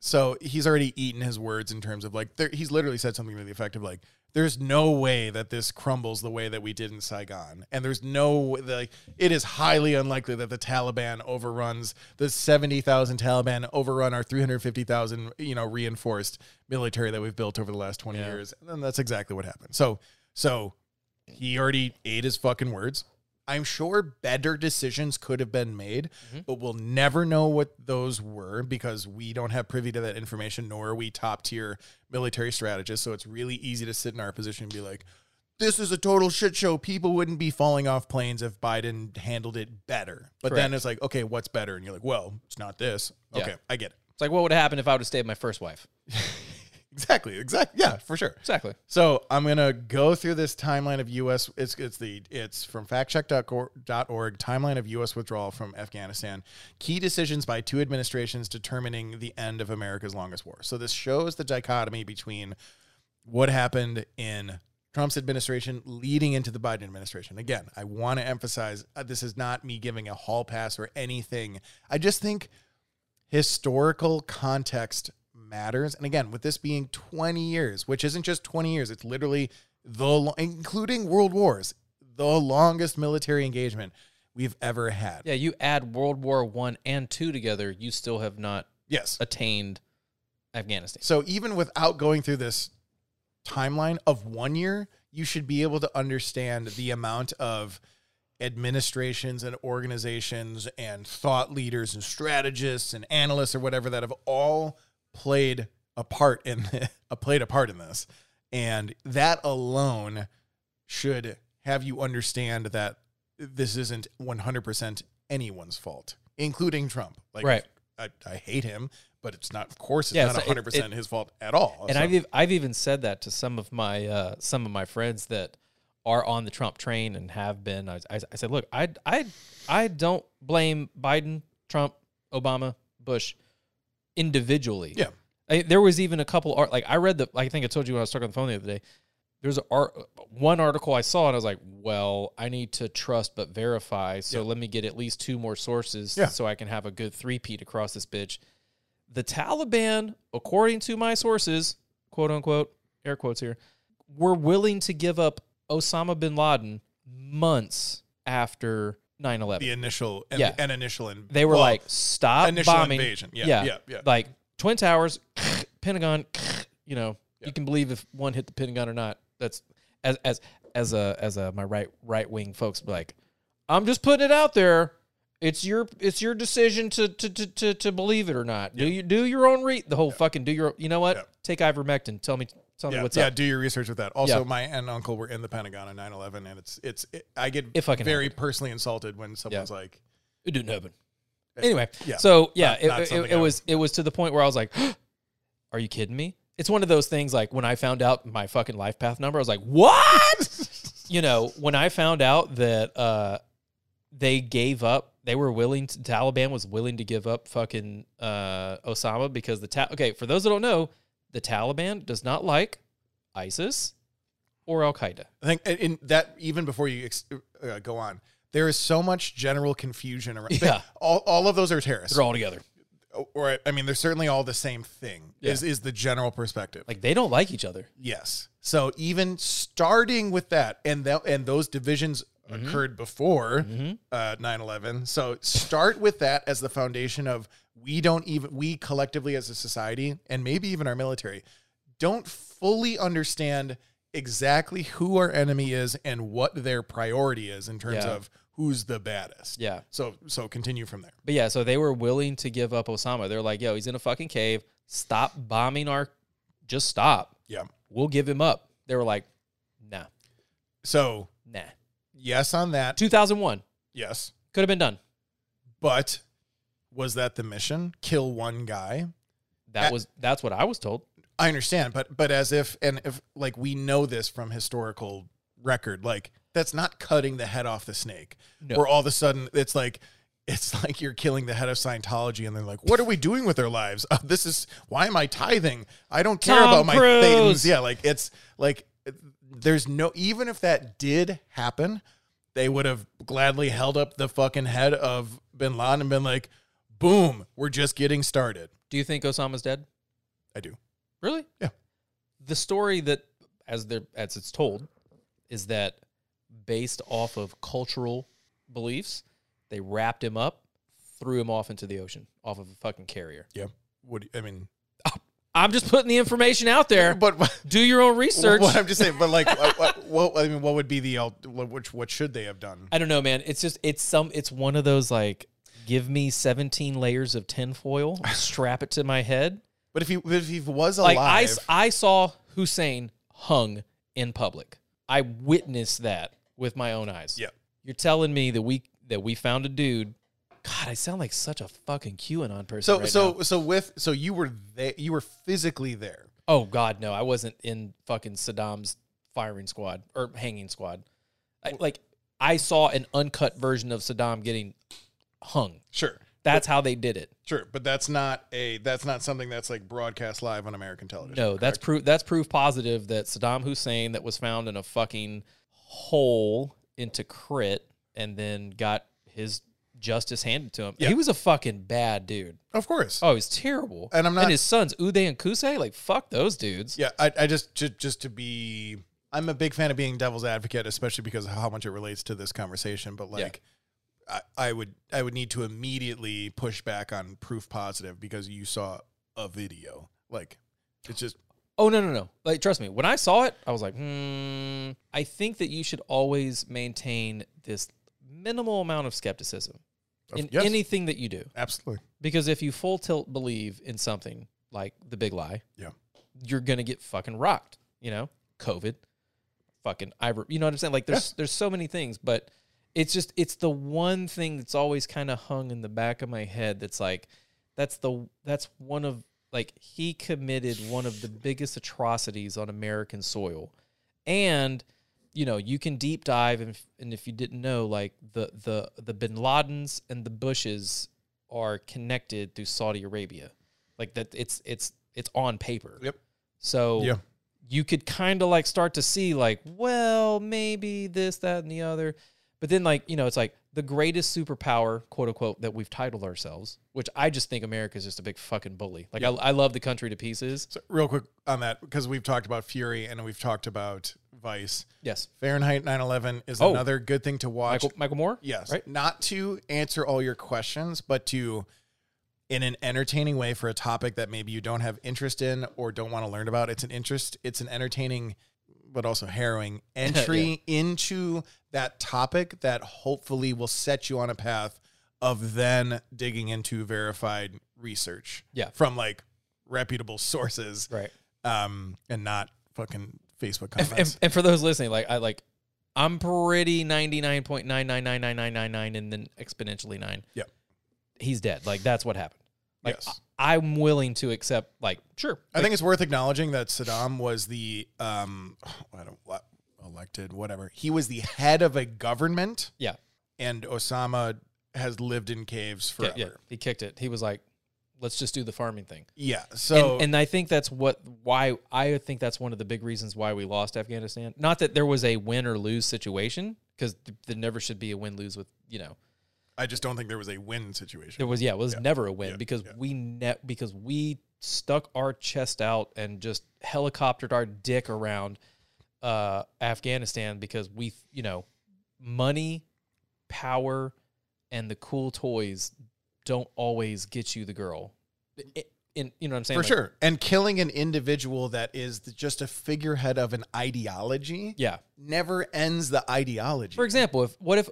Speaker 2: so he's already eaten his words in terms of like there, he's literally said something to the effect of like there's no way that this crumbles the way that we did in Saigon and there's no like it is highly unlikely that the Taliban overruns the 70,000 Taliban overrun our 350,000 you know reinforced military that we've built over the last 20
Speaker 3: Yeah.
Speaker 2: years and then that's exactly what happened so so he already ate his fucking words I'm sure better decisions could have been made,
Speaker 3: Mm-hmm.
Speaker 2: but we'll never know what those were because we don't have privy to that information, nor are we top tier military strategists. So it's really easy to sit in our position and be like, this is a total shit show. People wouldn't be falling off planes if Biden handled it better. But then
Speaker 3: Correct.
Speaker 2: it's like, okay, what's better? And you're like, well, it's not this.
Speaker 3: Yeah.
Speaker 2: Okay, I get it.
Speaker 3: It's like, what would happen if I would have stayed with my first wife?
Speaker 2: Exactly. Exactly. Yeah, for sure.
Speaker 3: Exactly.
Speaker 2: So I'm gonna go through this timeline of U.S. It's it's the it's from factcheck.org timeline of U.S. withdrawal from Afghanistan. Key decisions by two administrations determining the end of America's longest war. So this shows the dichotomy between what happened in Trump's administration leading into the Biden administration. Again, I want to emphasize uh, this is not me giving a hall pass or anything. I just think historical context matters. And again, with this being 20 years, which isn't just 20 years, it's literally the lo- including world wars, the longest military engagement we've ever had.
Speaker 3: Yeah, you add World War One and Two together, you still have not
Speaker 2: Yes.
Speaker 3: attained Afghanistan.
Speaker 2: So even without going through this timeline of one year, you should be able to understand the amount of administrations and organizations and thought leaders and strategists and analysts or whatever that have all played a part in a played a part in this. And that alone should have you understand that this isn't 100% anyone's fault, including Trump. Like
Speaker 3: Right.
Speaker 2: I, I hate him, but it's not of course it's
Speaker 3: Yeah,
Speaker 2: not
Speaker 3: so it-
Speaker 2: 100%
Speaker 3: it-
Speaker 2: his fault at all.
Speaker 3: and
Speaker 2: So-
Speaker 3: I've ev- I've even said that to some of my uh, some of my friends that are on the Trump train and have been. I, I, I said, look, I I I don't blame Biden, Trump, Obama, Bush individually.
Speaker 2: Yeah.
Speaker 3: I, there was even a couple art like I read the I think I told you when I was talking on the phone the other day. There's a art one article I saw and I was like, well, I need to trust but verify. So let me get at least two more sources
Speaker 2: Yeah.
Speaker 3: so I can have a good three peat across this bitch the Taliban, according to my sources, quote unquote, air quotes here, were willing to give up Osama bin Laden months after 9
Speaker 2: the
Speaker 3: 11.
Speaker 2: initial and,
Speaker 3: Yeah.
Speaker 2: and initial and
Speaker 3: They were
Speaker 2: well,
Speaker 3: like, stop
Speaker 2: initial
Speaker 3: bombing.
Speaker 2: invasion. Yeah, yeah, yeah.
Speaker 3: Like Twin Towers, Pentagon, you know, you can believe if one hit the Pentagon or not. That's as, as, as a, as a, my right, right wing folks be like, I'm just putting it out there. It's your it's your decision to to to to, to believe it or not. Do you do your own read the whole fucking do your you know what?
Speaker 2: Yeah.
Speaker 3: Take ivermectin. Tell me tell
Speaker 2: yeah,
Speaker 3: me what's
Speaker 2: yeah,
Speaker 3: up.
Speaker 2: do your research with that. Also,
Speaker 3: Yeah.
Speaker 2: my aunt and uncle were in the Pentagon on 9/11 and it's it's it, I get
Speaker 3: It fucking
Speaker 2: very personally insulted when someone's like
Speaker 3: It didn't happen. Anyway,
Speaker 2: yeah,
Speaker 3: so yeah,
Speaker 2: not- not
Speaker 3: it, it,
Speaker 2: something
Speaker 3: it
Speaker 2: I-
Speaker 3: was it was to the point where I was like, "Are you kidding me?" It's one of those things like when I found out my fucking life path number, I was like, "What?" you know, when I found out that uh, they gave up, they were willing. To, Taliban was willing to give up fucking uh, Osama because the ta- okay. For those that don't know, the Taliban does not like ISIS or Al Qaeda.
Speaker 2: I think in- in that even before you ex- uh, go on, There is so much general confusion around.
Speaker 3: Yeah.
Speaker 2: all, all of those are terrorists, Oh,
Speaker 3: They're all together.
Speaker 2: or I mean, they're certainly all the same thing.
Speaker 3: Yeah.
Speaker 2: Is is the general perspective?
Speaker 3: Like they don't like each other.
Speaker 2: Yes. So even starting with that, and that, and those divisions
Speaker 3: Mm-hmm.
Speaker 2: occurred before uh, 9-11 so start with that as the foundation of we don't even we collectively as a society and maybe even our military don't fully understand exactly who our enemy is and what their priority is in terms
Speaker 3: Yeah.
Speaker 2: of who's the baddest
Speaker 3: Yeah.
Speaker 2: so so continue from there
Speaker 3: But yeah, so they were willing to give up Osama. They're like, yo, he's in a fucking cave. Stop bombing our just stop.
Speaker 2: yeah
Speaker 3: We'll give him up. They were like, nah,
Speaker 2: so
Speaker 3: nah.
Speaker 2: yes on that
Speaker 3: Two thousand one.
Speaker 2: yes
Speaker 3: Could have been done.
Speaker 2: but was that the mission kill one guy
Speaker 3: That
Speaker 2: Uh,
Speaker 3: was that's what I was told.
Speaker 2: I understand, but but as if and if like we know this from historical record, like that's not cutting the head off the snake.
Speaker 3: No.
Speaker 2: Where all of a sudden it's like it's like you're killing the head of Scientology, and they're like, "What are we doing with our lives? Uh, this is why am I tithing? I don't care
Speaker 3: Tom
Speaker 2: about my
Speaker 3: Cruise.
Speaker 2: things." Yeah, like it's like there's no even if that did happen, they would have gladly held up the fucking head of Bin Laden and been like, "Boom, we're just getting started."
Speaker 3: Do you think Osama's dead?
Speaker 2: I do.
Speaker 3: Really?
Speaker 2: Yeah.
Speaker 3: The story that, as they're as it's told, is that based off of cultural beliefs, they wrapped him up, threw him off into the ocean, off of a fucking carrier.
Speaker 2: Yeah. Would I mean?
Speaker 3: I'm just putting the information out there.
Speaker 2: But
Speaker 3: Do your own research.
Speaker 2: What I'm just saying, but like, what, what, what- I mean, what would be the al- what- which? What should they have done?
Speaker 3: I don't know, man. It's just it's some it's one of those like give me 17 layers of tinfoil, strap it to my head.
Speaker 2: But if he if he was alive,
Speaker 3: Like I, s- I saw Hussein hung in public. I witnessed that with my own eyes.
Speaker 2: yeah,
Speaker 3: You're telling me that we that we found a dude. God, I sound like such a fucking QAnon person.
Speaker 2: so
Speaker 3: right
Speaker 2: so
Speaker 3: now.
Speaker 2: so with so you were there, you were physically there.
Speaker 3: oh God, no, I wasn't in fucking Saddam's firing squad or hanging squad. I, like I saw an uncut version of Saddam getting hung.
Speaker 2: Sure,
Speaker 3: That's how they did it.
Speaker 2: sure, but that's not a that's not something that's like broadcast live on American television.
Speaker 3: No, that's proof. That's proof positive that Saddam Hussein, that was found in a fucking hole into crit, and then got his justice handed to him.
Speaker 2: Yeah.
Speaker 3: He was a fucking bad dude.
Speaker 2: of course.
Speaker 3: Oh, he's terrible.
Speaker 2: And I'm not-
Speaker 3: his sons Uday and Kusei. Like fuck those dudes.
Speaker 2: Yeah, I, I just, just just to be, I'm a big fan of being devil's advocate, especially because of how much it relates to this conversation. But like, I, I would I would need to immediately push back on proof positive because you saw a video. Like, it's just
Speaker 3: Oh no no no! Like trust me, when I saw it, I was like, hmm. I think that you should always maintain this minimal amount of skepticism in
Speaker 2: yes.
Speaker 3: anything that you do.
Speaker 2: absolutely
Speaker 3: Because if you full tilt believe in something like the big lie,
Speaker 2: Yeah.
Speaker 3: you're gonna get fucking rocked. You know, COVID, fucking iver. You know what I'm saying? Like there's there's so many things, but it's just it's the one thing that's always kind of hung in the back of my head. That's like that's the that's one of like he committed one of the biggest atrocities on American soil, and you know you can deep dive and, and if you didn't know like the the the bin ladens and the bushes are connected through saudi arabia like that it's it's it's on paper
Speaker 2: Yep.
Speaker 3: so
Speaker 2: Yeah.
Speaker 3: you could kind of like start to see like well maybe this that and the other but then like you know it's like the greatest superpower quote unquote that we've titled ourselves which i just think america is just a big fucking bully like I, I love the country to pieces
Speaker 2: So real quick on that because we've talked about Fury and we've talked about Vice.
Speaker 3: yes
Speaker 2: Fahrenheit 9/11 is
Speaker 3: Oh.
Speaker 2: another good thing to watch.
Speaker 3: michael, michael moore
Speaker 2: Yes.
Speaker 3: right
Speaker 2: Not to answer all your questions, but to in an entertaining way for a topic that maybe you don't have interest in or don't want to learn about. It's an interest, it's an entertaining but also harrowing entry into that topic that hopefully will set you on a path of then digging into verified research.
Speaker 3: Yeah.
Speaker 2: From like reputable sources.
Speaker 3: right
Speaker 2: Um and not fucking Facebook comments.
Speaker 3: and, and for those listening, like I like, I'm pretty ninety nine point nine nine nine nine nine nine nine, and then exponentially nine.
Speaker 2: Yep.
Speaker 3: he's dead. Like that's what happened. Like
Speaker 2: Yes.
Speaker 3: I, am willing to accept. Like sure,
Speaker 2: I think it's worth acknowledging that Saddam was the um, I don't what elected whatever. He was the head of a government,
Speaker 3: yeah,
Speaker 2: and Osama has lived in caves
Speaker 3: yeah,
Speaker 2: forever.
Speaker 3: yeah.
Speaker 2: Yeah.
Speaker 3: He kicked it. He was like, let's just do the farming thing.
Speaker 2: so
Speaker 3: and, and I think that's what why I think that's one of the big reasons why we lost Afghanistan. Not that there was a win or lose situation because th- there never should be a win lose with you know
Speaker 2: I just don't think there was a win situation.
Speaker 3: there was yeah it was never a win
Speaker 2: yeah,
Speaker 3: because
Speaker 2: yeah.
Speaker 3: we net because we stuck our chest out and just helicoptered our dick around uh, Afghanistan because we you know money, power, and the cool toys don't always get you the girl. I- In you know what I'm saying
Speaker 2: For
Speaker 3: Like,
Speaker 2: sure. And killing an individual that is the- just a figurehead of an ideology
Speaker 3: Yeah.
Speaker 2: never ends the ideology.
Speaker 3: For example, if what if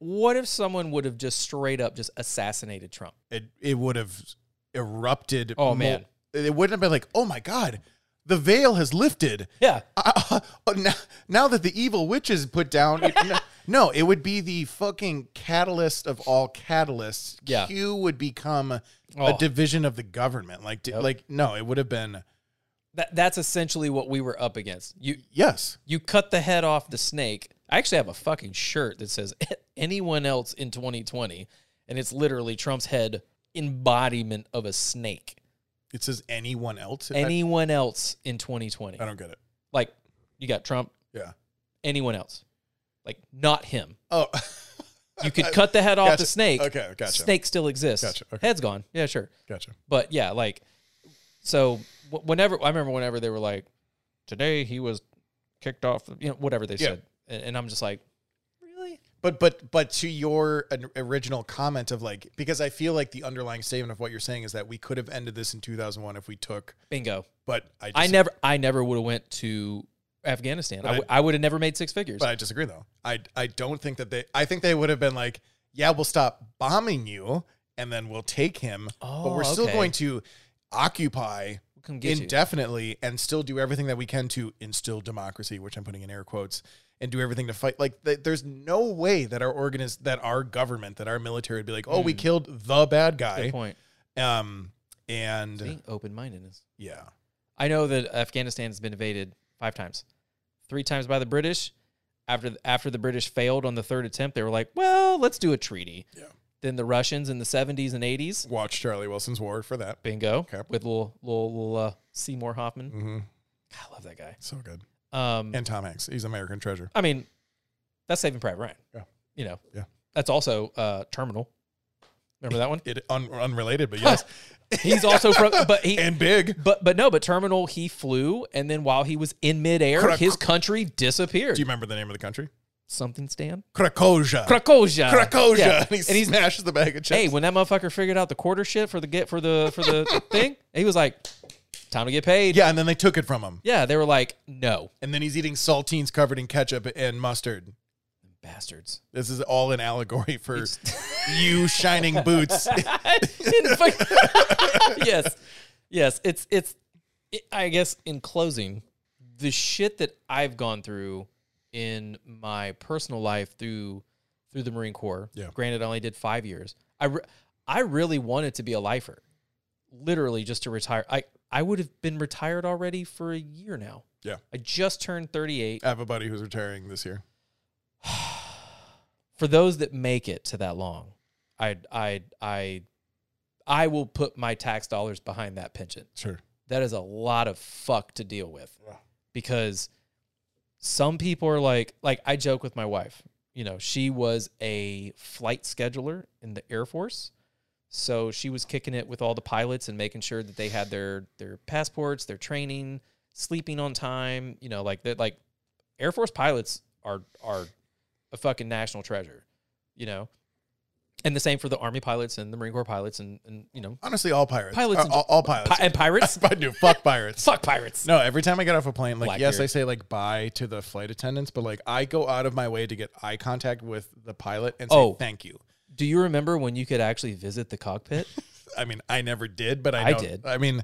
Speaker 3: what if someone would have just straight up just assassinated Trump?
Speaker 2: it it would have erupted.
Speaker 3: Oh, man.
Speaker 2: It wouldn't have been like, oh my God, the veil has lifted.
Speaker 3: Yeah.
Speaker 2: Uh, now, now that the evil witch is put down, it- no, no, it would be the fucking catalyst of all catalysts.
Speaker 3: Yeah.
Speaker 2: Q would become
Speaker 3: Oh.
Speaker 2: a division of the government. Like, di- like no, it would have been
Speaker 3: That that's essentially what we were up against. You
Speaker 2: yes.
Speaker 3: you cut the head off the snake. I actually have a fucking shirt that says anyone else in 2020 and it's literally Trump's head embodiment of a snake.
Speaker 2: It says anyone else. I-
Speaker 3: Anyone else in 2020.
Speaker 2: I, don't get it.
Speaker 3: Like you got Trump,
Speaker 2: Yeah.
Speaker 3: anyone else. Like not him.
Speaker 2: Oh,
Speaker 3: You could cut the head off
Speaker 2: Gotcha.
Speaker 3: the snake.
Speaker 2: Okay, gotcha.
Speaker 3: Snake still exists.
Speaker 2: Gotcha, okay.
Speaker 3: Head's gone. Yeah, sure.
Speaker 2: gotcha.
Speaker 3: But yeah, like so wh- whenever I remember whenever they were like today he was kicked off, you know, whatever they
Speaker 2: Yeah.
Speaker 3: said. And, and I'm just like, really?
Speaker 2: But but but to your an- original comment of like because I feel like the underlying statement of what you're saying is that we could have ended this in 2001 if we took
Speaker 3: Bingo.
Speaker 2: but I
Speaker 3: I
Speaker 2: dis-
Speaker 3: never, I never would have went to Afghanistan. I,
Speaker 2: I-
Speaker 3: w- I would have never made six figures.
Speaker 2: but I disagree though. I I don't think that they I think they would have been like yeah we'll stop bombing you and then we'll take him but
Speaker 3: Oh,
Speaker 2: we're still
Speaker 3: okay.
Speaker 2: going to occupy
Speaker 3: We'll come get you.
Speaker 2: indefinitely and still do everything that we can to instill democracy which I'm putting in air quotes and do everything to fight like th- there's no way that our organis that our government that our military would be like oh we killed the bad guy
Speaker 3: Hmm. Good point.
Speaker 2: Um, and
Speaker 3: Being open mindedness.
Speaker 2: yeah,
Speaker 3: I know that Afghanistan has been invaded five times, three times by the British. After the, after the British failed on the third attempt, they were like, "Well, let's do a treaty."
Speaker 2: Yeah.
Speaker 3: Then the Russians in the seventies and eighties,
Speaker 2: watch Charlie Wilson's War for that.
Speaker 3: bingo,
Speaker 2: Okay.
Speaker 3: with little little, little uh, Seymour Hoffman.
Speaker 2: Mm-hmm.
Speaker 3: God, I love that guy.
Speaker 2: So good.
Speaker 3: Um,
Speaker 2: And Tom Hanks, he's American Treasure.
Speaker 3: I mean, that's Saving Private Ryan.
Speaker 2: Yeah.
Speaker 3: You know.
Speaker 2: Yeah.
Speaker 3: That's also uh, Terminal. Remember that one?
Speaker 2: It un- unrelated, but yes,
Speaker 3: He's also from, but he,
Speaker 2: and big.
Speaker 3: but but no, but Terminal he flew, and then while he was in midair,
Speaker 2: Krak-
Speaker 3: his country disappeared.
Speaker 2: Do you remember the name of the country?
Speaker 3: Something Stan
Speaker 2: Krakosia.
Speaker 3: Krakosia.
Speaker 2: Krakosia.
Speaker 3: Yeah.
Speaker 2: And he
Speaker 3: And he's
Speaker 2: smashes the bag of chips.
Speaker 3: hey, when that motherfucker figured out the quarter shit for the get for the for the thing, he was like, time to get paid.
Speaker 2: yeah, and then they took it from him,
Speaker 3: yeah. They were like, no,
Speaker 2: and then he's eating saltines covered in ketchup and mustard.
Speaker 3: bastards.
Speaker 2: This is all an allegory for you shining boots.
Speaker 3: In fuck- yes, yes. It's it's. It, I guess in closing, the shit that I've gone through in my personal life through through the Marine Corps.
Speaker 2: Yeah.
Speaker 3: Granted, I only did five years. I re- I really wanted to be a lifer, literally just to retire. I I would have been retired already for a year now.
Speaker 2: Yeah.
Speaker 3: I just turned thirty eight.
Speaker 2: I have a buddy who's retiring this year.
Speaker 3: for those that make it to that long, I I I I will put my tax dollars behind that pension.
Speaker 2: Sure.
Speaker 3: That is a lot of fuck to deal with.
Speaker 2: Yeah.
Speaker 3: Because some people are like like I joke with my wife. You know, she was a flight scheduler in the Air Force. So she was kicking it with all the pilots and making sure that they had their their passports, their training, sleeping on time, you know, like that like Air Force pilots are are a fucking national treasure, you know. And the same for the Army pilots and the Marine Corps pilots and and you know,
Speaker 2: Honestly, all pirates.
Speaker 3: Pilots
Speaker 2: Uh,
Speaker 3: and-
Speaker 2: all, all pirates.
Speaker 3: pi- and pirates.
Speaker 2: I do. Fuck pirates.
Speaker 3: Fuck pirates.
Speaker 2: No, every time I get off a plane, like yes,
Speaker 3: Blackbeard.
Speaker 2: I say like bye to the flight attendants, but like I go out of my way to get eye contact with the pilot and say
Speaker 3: Oh.
Speaker 2: thank you.
Speaker 3: Do you remember when you could actually visit the cockpit?
Speaker 2: I mean, I never did, but I,
Speaker 3: I
Speaker 2: don't-
Speaker 3: did.
Speaker 2: I mean,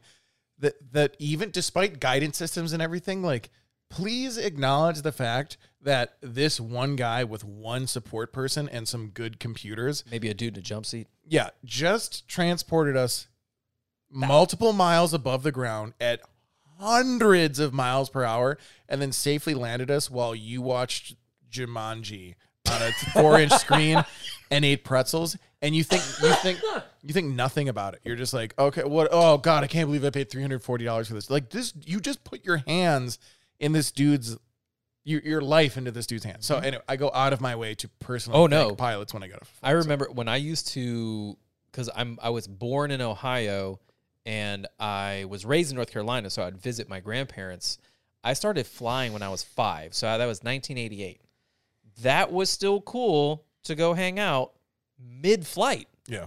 Speaker 2: that that even despite guidance systems and everything, like please acknowledge the fact that this one guy with one support person and some good computers,
Speaker 3: Maybe a dude in a jump seat.
Speaker 2: yeah, just transported us multiple miles above the ground at hundreds of miles per hour and then safely landed us while you watched Jumanji on a four inch screen and ate pretzels and you think you think you think nothing about it. You're just like, okay, what oh god, I can't believe I paid three hundred forty dollars for this. Like this you just put your hands in this dude's your, your life into this dude's hands. So anyway, I go out of my way to personally
Speaker 3: Mm-hmm. Oh,
Speaker 2: thank
Speaker 3: no.
Speaker 2: pilots when I go to
Speaker 3: I remember when I used to, because I'm I was born in Ohio and I was raised in North Carolina, so I'd visit my grandparents. I started flying when I was five, so that was 1988. That was still cool to go hang out mid-flight.
Speaker 2: yeah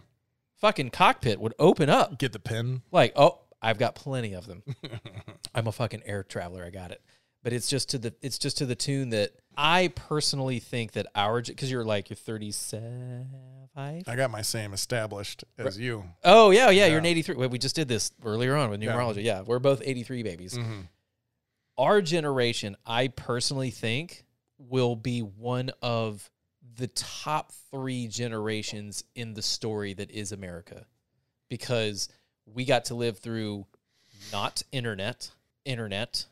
Speaker 3: Fucking cockpit would open up.
Speaker 2: get the pin.
Speaker 3: like oh i've got plenty of them i'm a fucking air traveler i got it but it's just to the it's just to the tune that i personally think that our because you're like you're 37
Speaker 2: I got my same established as you.
Speaker 3: oh yeah, yeah
Speaker 2: Yeah.
Speaker 3: you're an 83 Wait, we just did this earlier on with
Speaker 2: Yeah.
Speaker 3: numerology yeah, we're both 83 babies
Speaker 2: Mhm.
Speaker 3: our generation i personally think will be one of the top three generations in the story that is america because we got to live through not internet, internet,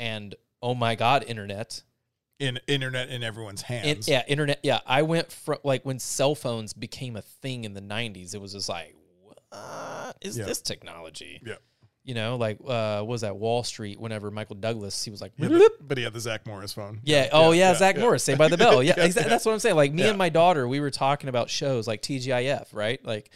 Speaker 3: and oh my god, internet.
Speaker 2: In internet in everyone's
Speaker 3: In-
Speaker 2: hands.
Speaker 3: yeah, internet. Yeah, I went from like when cell phones became a thing in the '90s. It was just like, what is
Speaker 2: Yeah.
Speaker 3: this technology?
Speaker 2: Yeah.
Speaker 3: You know, like uh, what was that Wall Street? Whenever Michael Douglas, he was like,
Speaker 2: Yeah,
Speaker 3: yeah.
Speaker 2: the- but he had the Zach Morris phone.
Speaker 3: oh yeah,
Speaker 2: yeah,
Speaker 3: Zach
Speaker 2: yeah.
Speaker 3: Morris, Saved by the Bell. Yeah,
Speaker 2: Yeah,
Speaker 3: exactly.
Speaker 2: yeah.
Speaker 3: That's what I'm saying. Like me
Speaker 2: Yeah.
Speaker 3: and my daughter, we were talking about shows like TGIF, right? Like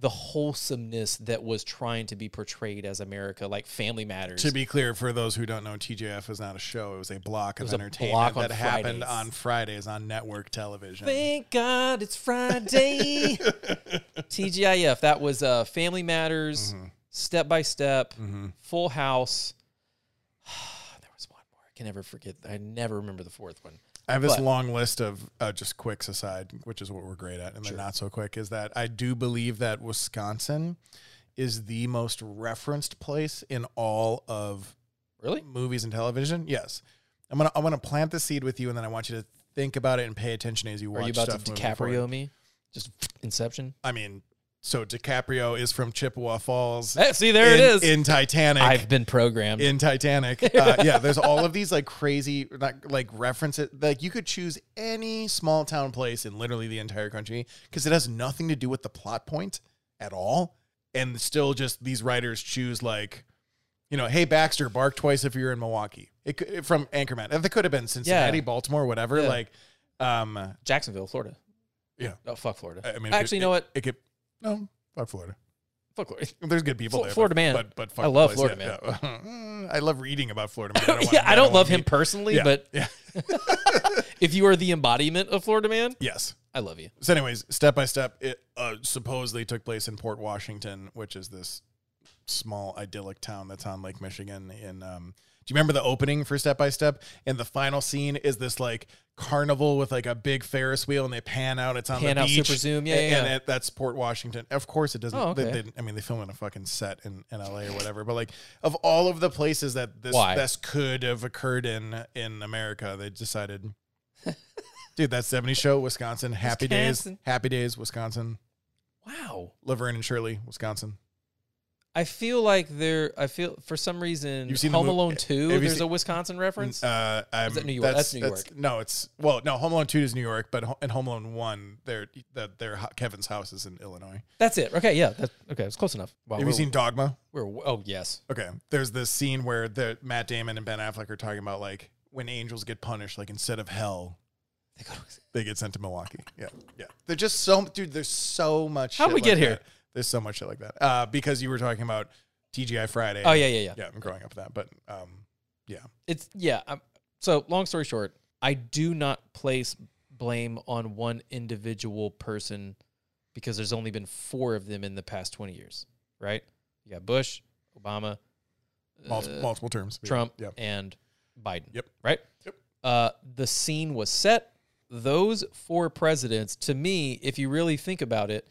Speaker 3: the wholesomeness that was trying to be portrayed as America, like Family Matters.
Speaker 2: To be clear, for those who don't know, TJF is not a show. It was a block
Speaker 3: was
Speaker 2: of
Speaker 3: a
Speaker 2: entertainment
Speaker 3: block on
Speaker 2: that happened
Speaker 3: Fridays.
Speaker 2: on Fridays on network television.
Speaker 3: Thank God it's Friday. TGIF. That was uh, Family Matters,
Speaker 2: Mm-hmm.
Speaker 3: Step by Step, Full House. there was one more. I can never forget. I never remember the fourth one.
Speaker 2: I have this
Speaker 3: But-
Speaker 2: long list of uh, just quicks aside, which is what we're great at, and then not so quick. Is that I do believe that Wisconsin is the most referenced place in all of
Speaker 3: Really?
Speaker 2: movies and television. Yes, I'm gonna I'm gonna plant the seed with you, and then I want you to think about it and pay attention as you watch.
Speaker 3: Are you about to
Speaker 2: stuff moving forward.
Speaker 3: DiCaprio me? Just Inception?
Speaker 2: I mean, so DiCaprio is from Chippewa Falls.
Speaker 3: Hey, see, there
Speaker 2: in,
Speaker 3: it is.
Speaker 2: in Titanic.
Speaker 3: I've been programmed.
Speaker 2: in Titanic. Uh, yeah, there's all of these like crazy like, like references. Like you could choose any small town place in literally the entire country because it has nothing to do with the plot point at all, and still just these writers choose like. You know, hey Baxter, bark twice if you're in Milwaukee. It could, from Anchorman. That could have been Cincinnati,
Speaker 3: Yeah.
Speaker 2: Baltimore, whatever.
Speaker 3: Yeah.
Speaker 2: Like, um,
Speaker 3: Jacksonville, Florida.
Speaker 2: Yeah.
Speaker 3: Oh, fuck Florida.
Speaker 2: I I mean, it
Speaker 3: Actually,
Speaker 2: could-
Speaker 3: you know
Speaker 2: it-
Speaker 3: what?
Speaker 2: It could no, fuck Florida.
Speaker 3: Fuck Florida.
Speaker 2: There's good people
Speaker 3: Fl-
Speaker 2: there.
Speaker 3: Florida
Speaker 2: but,
Speaker 3: man.
Speaker 2: But, but fuck
Speaker 3: I
Speaker 2: the
Speaker 3: love
Speaker 2: place,
Speaker 3: Florida
Speaker 2: yeah, yeah. I love reading about Florida man. I don't
Speaker 3: yeah,
Speaker 2: wanna-
Speaker 3: I don't
Speaker 2: wanna
Speaker 3: love him
Speaker 2: meet-
Speaker 3: personally,
Speaker 2: Yeah,
Speaker 3: but
Speaker 2: yeah.
Speaker 3: if you are the embodiment of Florida man,
Speaker 2: Yes.
Speaker 3: I love you.
Speaker 2: So, anyways, step by step, it uh, supposedly took place in Port Washington, which is this small idyllic town that's on Lake Michigan. In um, do you remember the opening for Step by Step? And the final scene is this like carnival with like a big Ferris wheel, and they pan out. It's on
Speaker 3: Pan
Speaker 2: the
Speaker 3: out,
Speaker 2: beach.
Speaker 3: super zoom, yeah,
Speaker 2: and,
Speaker 3: yeah,
Speaker 2: and
Speaker 3: yeah.
Speaker 2: it- that's Port Washington. Of course, it doesn't.
Speaker 3: Oh,
Speaker 2: they-
Speaker 3: okay.
Speaker 2: they- I mean, they film in a fucking set in, in LA or whatever. But like, of all of the places that this
Speaker 3: Why?
Speaker 2: this could have occurred in in America, they decided. Dude, that 70 show, Wisconsin. Happy days.
Speaker 3: Wisconsin.
Speaker 2: Happy days, Wisconsin.
Speaker 3: Wow.
Speaker 2: Laverne and Shirley, Wisconsin.
Speaker 3: I feel like there. I feel for some reason
Speaker 2: You've seen the
Speaker 3: Home
Speaker 2: mov-
Speaker 3: Alone Two.
Speaker 2: have you
Speaker 3: There's
Speaker 2: seen-
Speaker 3: a Wisconsin reference.
Speaker 2: Uh, I'm,
Speaker 3: that New York? That's New York.
Speaker 2: no, it's well, no. Home Alone two is New York, but Ho- and Home Alone one, their that their ho- Kevin's house is in Illinois.
Speaker 3: That's it. Okay, yeah. That, okay, it's close enough. Wow,
Speaker 2: Have
Speaker 3: we're,
Speaker 2: you seen Dogma?
Speaker 3: We're, oh yes.
Speaker 2: Okay, there's this scene where the Matt Damon and Ben Affleck are talking about like when angels get punished, like instead of hell,
Speaker 3: They go to-
Speaker 2: they get sent to Milwaukee. Yeah, yeah. They're just so dude. There's so much.
Speaker 3: How'd
Speaker 2: shit
Speaker 3: we
Speaker 2: like
Speaker 3: get here?
Speaker 2: that. There's so much shit like that. Uh, because you were talking about TGI Friday.
Speaker 3: Oh yeah, yeah, yeah.
Speaker 2: yeah. I'm growing up with that, but um, yeah.
Speaker 3: It's yeah. i so long story short, I do not place blame on one individual person because there's only been four of them in the past 20 years, right? You got Bush, Obama,
Speaker 2: multiple, multiple terms.
Speaker 3: Uh, Trump
Speaker 2: Yeah.
Speaker 3: and Biden.
Speaker 2: Yep.
Speaker 3: Right?
Speaker 2: Yep.
Speaker 3: Uh, the scene was set. Those four presidents, to me, if you really think about it,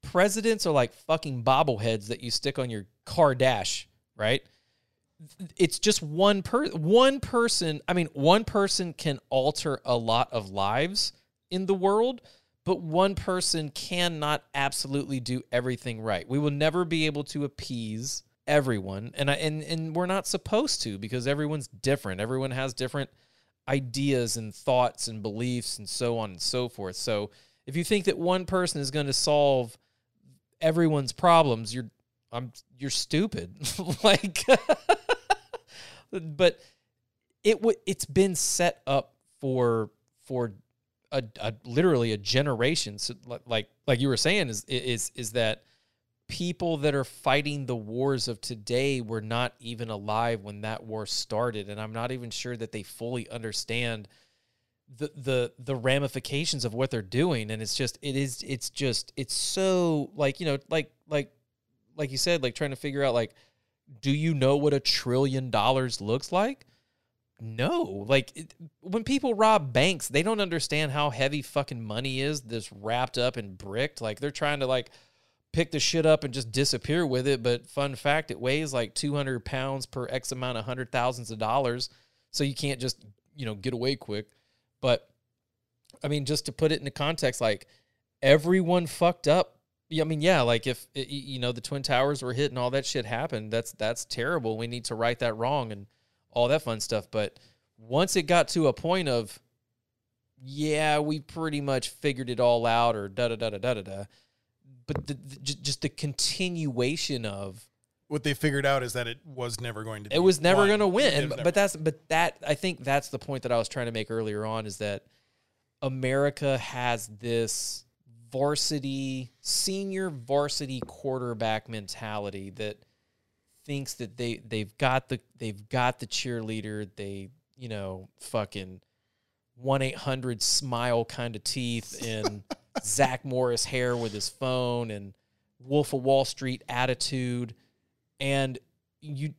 Speaker 3: presidents are like fucking bobbleheads that you stick on your car dash, right? It's just one per one person. I mean, one person can alter a lot of lives in the world, but one person cannot absolutely do everything right. We will never be able to appease everyone, and I and and we're not supposed to because everyone's different. Everyone has different ideas and thoughts and beliefs and so on and so forth. So if you think that one person is going to solve everyone's problems, you're I'm you're stupid. like but it would it's been set up for for a, a literally a generation so li- like like you were saying is is is that people that are fighting the wars of today were not even alive when that war started and i'm not even sure that they fully understand the the the ramifications of what they're doing and it's just it is it's just it's so like you know like like like you said like trying to figure out like do you know what a trillion dollars looks like no like it, when people rob banks they don't understand how heavy fucking money is this wrapped up and bricked like they're trying to like pick the shit up and just disappear with it but fun fact it weighs like 200 pounds per x amount of hundred thousands of dollars so you can't just you know get away quick but i mean just to put it into context like everyone fucked up yeah, I mean, yeah, like if y- y- you know the twin towers were hit and all that shit happened, that's that's terrible. We need to right that wrong and all that fun stuff. But once it got to a point of, yeah, we pretty much figured it all out, or da da da da da da da. But the, the, ju- just the continuation of
Speaker 2: What they figured out is that it was never going to.
Speaker 3: it was never
Speaker 2: won.
Speaker 3: going to
Speaker 2: It was
Speaker 3: win.
Speaker 2: never-
Speaker 3: But that's but that I think that's the point that I was trying to make earlier on is that America has this varsity senior varsity quarterback mentality that thinks that they they've got the they've got the cheerleader they you know fucking one eight hundred smile kind of teeth and Zach Morris hair with his phone and Wolf of Wall Street attitude and you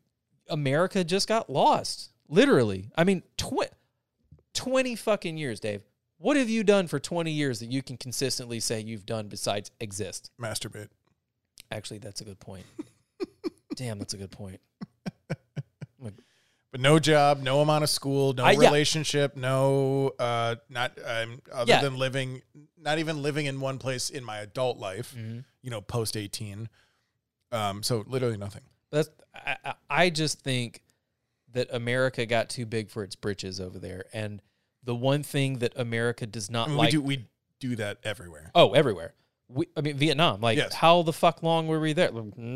Speaker 3: America just got lost. Literally. I mean, tw- 20 fucking years, Dave. What have you done for 20 years that you can consistently say you've done besides exist?
Speaker 2: masturbate.
Speaker 3: Actually, that's a good point. Damn, that's a good point.
Speaker 2: But no job, no amount of school, no
Speaker 3: I- yeah.
Speaker 2: relationship, no uh not um other
Speaker 3: Yeah.
Speaker 2: than living not even living in one place in my adult life,
Speaker 3: Mm-hmm.
Speaker 2: you know, post 18. Um so literally nothing.
Speaker 3: That's, I, I- I just think that America got too big for its britches over there. And the one thing that America does not
Speaker 2: I mean,
Speaker 3: like.
Speaker 2: we do we do that everywhere.
Speaker 3: Oh, everywhere. We, I mean, Vietnam. Like,
Speaker 2: Yes.
Speaker 3: how the fuck long were we there? I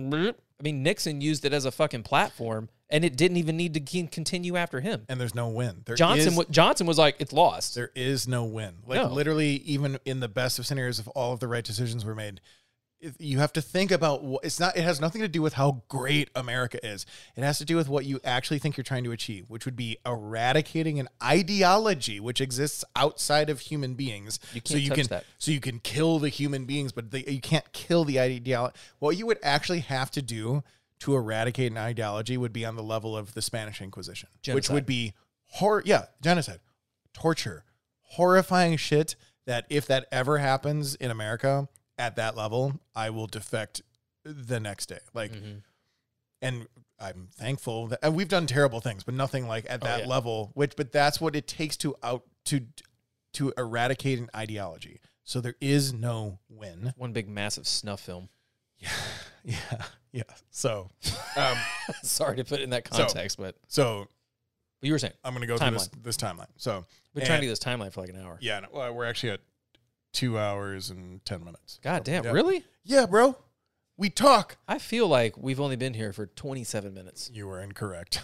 Speaker 3: mean, Nixon used it as a fucking platform, and it didn't even need to con- continue after him.
Speaker 2: And there's no win. There
Speaker 3: Johnson,
Speaker 2: is-
Speaker 3: wa- Johnson was like, "It's lost."
Speaker 2: there is no win. Like
Speaker 3: No.
Speaker 2: literally even in the best of scenarios if all of the right decisions were made, if- you have to think about what it's not it has nothing to do with how great America is. It has to do with what you actually think you're trying to achieve, which would be eradicating an ideology which exists outside of human beings.
Speaker 3: You can't touch
Speaker 2: can
Speaker 3: that.
Speaker 2: so you can kill the human beings, but they, you can't kill the ideology. What you would actually have to do to eradicate an ideology would be on the level of the Spanish Inquisition, which
Speaker 3: Genocide.
Speaker 2: would be horror. Yeah, genocide, torture, horrifying shit. That if that ever happens in America at that level, I will defect the next day. Like,
Speaker 3: Mm. Mm-hmm.
Speaker 2: and I'm thankful that and we've done terrible things, but nothing like at that
Speaker 3: yeah.
Speaker 2: level. Which, but that's what it takes to out to to eradicate an ideology. So there is no win.
Speaker 3: One big massive snuff film.
Speaker 2: Yeah, yeah. So, um,
Speaker 3: Sorry to put it in that context, but,
Speaker 2: so
Speaker 3: but you were saying
Speaker 2: I'm gonna go
Speaker 3: Timeline.
Speaker 2: through this, this timeline. So
Speaker 3: we're trying to
Speaker 2: and-
Speaker 3: do this timeline for like an hour.
Speaker 2: yeah, no, well, we're actually at two hours and ten minutes.
Speaker 3: God damn,
Speaker 2: Yeah.
Speaker 3: really?
Speaker 2: Yeah, bro. We talk.
Speaker 3: I feel like we've only been here for 27 minutes.
Speaker 2: You were incorrect.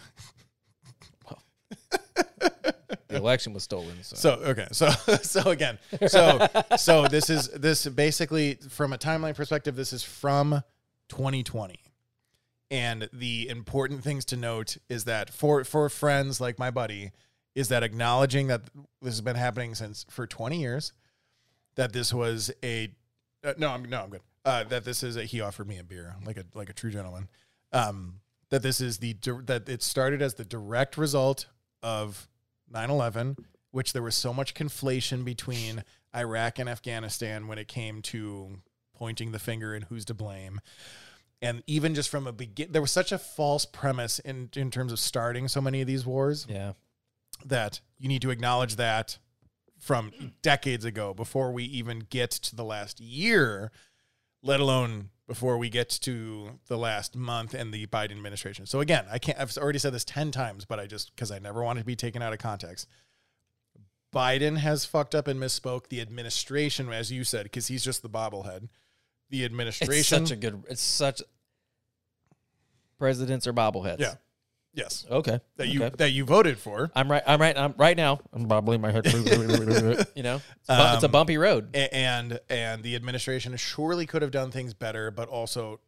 Speaker 3: The election was stolen. So,
Speaker 2: So okay, so so again, so so this is this basically from a timeline perspective, this is from 2020, and the important things to note is that for for friends like my buddy, is that acknowledging that this has been happening since for 20 years, that this was a uh, no I'm no I'm good uh, that this is a he offered me a beer like a like a true gentleman, um, that this is the dir- that it started as the direct result of 9/11, which there was so much conflation between Iraq and Afghanistan when it came to pointing the finger and who's to blame. And even just from a begin, there was such a false premise in, in terms of starting so many of these wars
Speaker 3: yeah.
Speaker 2: that you need to acknowledge that from decades ago before we even get to the last year, let alone before we get to the last month and the Biden administration. So again, I can't I've already said this 10 times, but I just cuz I never wanted to be taken out of context. Biden has fucked up and misspoke the administration as you said cuz he's just the bobblehead. The
Speaker 3: It's
Speaker 2: administration
Speaker 3: such a good, it's such. Presidents are bobbleheads.
Speaker 2: yeah. Yes,
Speaker 3: Okay.
Speaker 2: that you
Speaker 3: Okay.
Speaker 2: that you voted for,
Speaker 3: I'm right. I'm right. I'm right now. I'm bobbling my head. you know, it's, a bu- it's a
Speaker 2: Um,
Speaker 3: bumpy road.
Speaker 2: A- and and the administration surely could have done things better, but also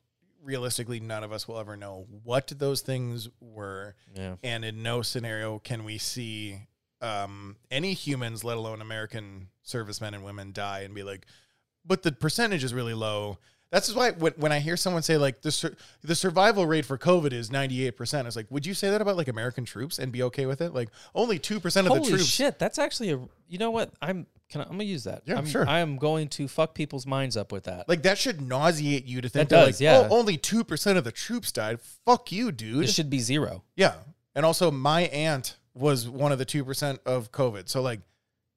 Speaker 2: realistically, none of us will ever know what those things were.
Speaker 3: Yeah.
Speaker 2: and in no scenario can we see um, any humans, let alone American servicemen and women, die and be like, but the percentage is really low. That's why when, when I hear someone say like the sur- the survival rate for COVID is ninety eight percent, it's like, would you say that about like American troops and be okay with it? Like only two percent of the
Speaker 3: Holy
Speaker 2: troops.
Speaker 3: shit! That's actually a. You know what? I'm. Can I, I'm gonna use that.
Speaker 2: Yeah,
Speaker 3: I'm,
Speaker 2: sure.
Speaker 3: I am going to fuck people's minds up with that.
Speaker 2: Like that should nauseate you to think
Speaker 3: That
Speaker 2: that,
Speaker 3: does,
Speaker 2: like,
Speaker 3: yeah.
Speaker 2: oh, only two percent of the troops died. Fuck you, dude.
Speaker 3: it should be zero.
Speaker 2: Yeah. And also my aunt was one of the 2% of COVID. So like,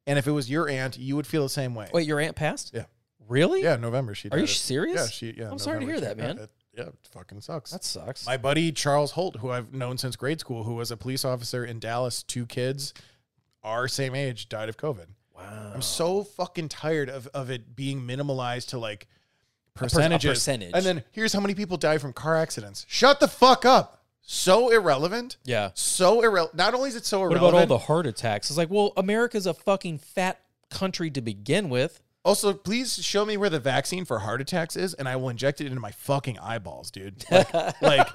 Speaker 2: and if it was your aunt, you would feel the same way.
Speaker 3: Wait, your aunt passed?
Speaker 2: Yeah.
Speaker 3: Really?
Speaker 2: Yeah. November. She
Speaker 3: Are you
Speaker 2: died.
Speaker 3: serious?
Speaker 2: Yeah. She, yeah.
Speaker 3: I'm sorry to hear
Speaker 2: she-
Speaker 3: that, man.
Speaker 2: Yeah. It, yeah, it fucking sucks.
Speaker 3: That sucks.
Speaker 2: my buddy, Charles Holt, who I've known since grade school, who was a police officer in Dallas, two kids, our same age, died of COVID.
Speaker 3: wow.
Speaker 2: I'm so fucking tired of, of it being minimalized to like percentages.
Speaker 3: percentage.
Speaker 2: And then here's how many people die from car accidents. Shut the fuck up. So irrelevant.
Speaker 3: Yeah.
Speaker 2: So irrelevant. Not only is it so
Speaker 3: What
Speaker 2: irrelevant.
Speaker 3: about all the heart attacks? It's like, well, America's a fucking fat country to begin with.
Speaker 2: Also, please show me where the vaccine for heart attacks is, and I will inject it into my fucking eyeballs, dude. Like, like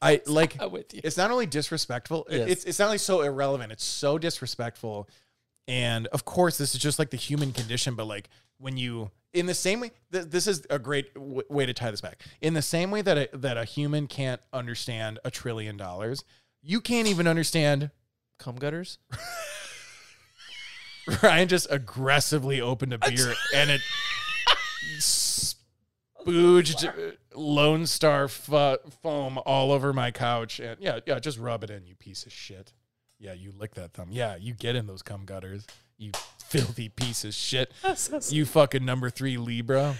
Speaker 2: I like.
Speaker 3: I'm with you.
Speaker 2: It's not only disrespectful. it-
Speaker 3: Yes.
Speaker 2: It's it's not only so irrelevant. It's so disrespectful. And of course, this is just like the human condition. But like when you, in the same way, th- this is a great w- way to tie this back. In the same way that a, that a human can't understand a trillion dollars, you can't even understand
Speaker 3: Cum gutters?
Speaker 2: Ryan just aggressively opened a beer and it spooged Lone Star fo- foam all over my couch. And yeah, yeah, just rub it in, you piece of shit. Yeah, you lick that thumb. Yeah, you get in those cum gutters. You filthy piece of shit. You fucking number three Libra.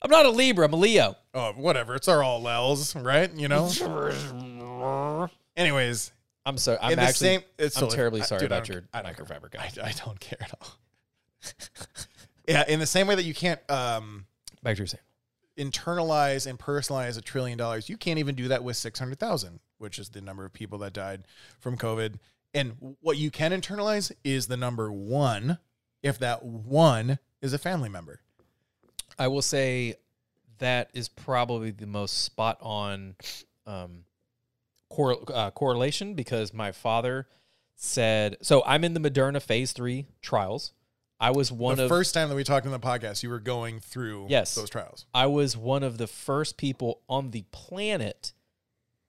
Speaker 3: I'm not a Libra. I'm a Leo.
Speaker 2: Oh, whatever. It's our all L's, right? You know. Anyways,
Speaker 3: I'm sorry. I'm
Speaker 2: in the
Speaker 3: actually.
Speaker 2: same. It's
Speaker 3: I'm
Speaker 2: totally-
Speaker 3: terribly
Speaker 2: I-
Speaker 3: sorry
Speaker 2: dude, I
Speaker 3: about
Speaker 2: don't-
Speaker 3: your
Speaker 2: I don't care.
Speaker 3: microfiber
Speaker 2: I,
Speaker 3: guy.
Speaker 2: I don't care at all. yeah, in the same way that you can't um,
Speaker 3: Back to your same.
Speaker 2: internalize and personalize a trillion dollars, you can't even do that with 600,000, which is the number of people that died from COVID. And what you can internalize is the number one, if that one is a family member.
Speaker 3: I will say that is probably the most spot on um, cor- uh, correlation because my father said so. I'm in the Moderna phase three trials. I was one
Speaker 2: the
Speaker 3: of
Speaker 2: first time that we talked on the podcast, you were going through
Speaker 3: Yes.
Speaker 2: those trials.
Speaker 3: I was one of the first people on the planet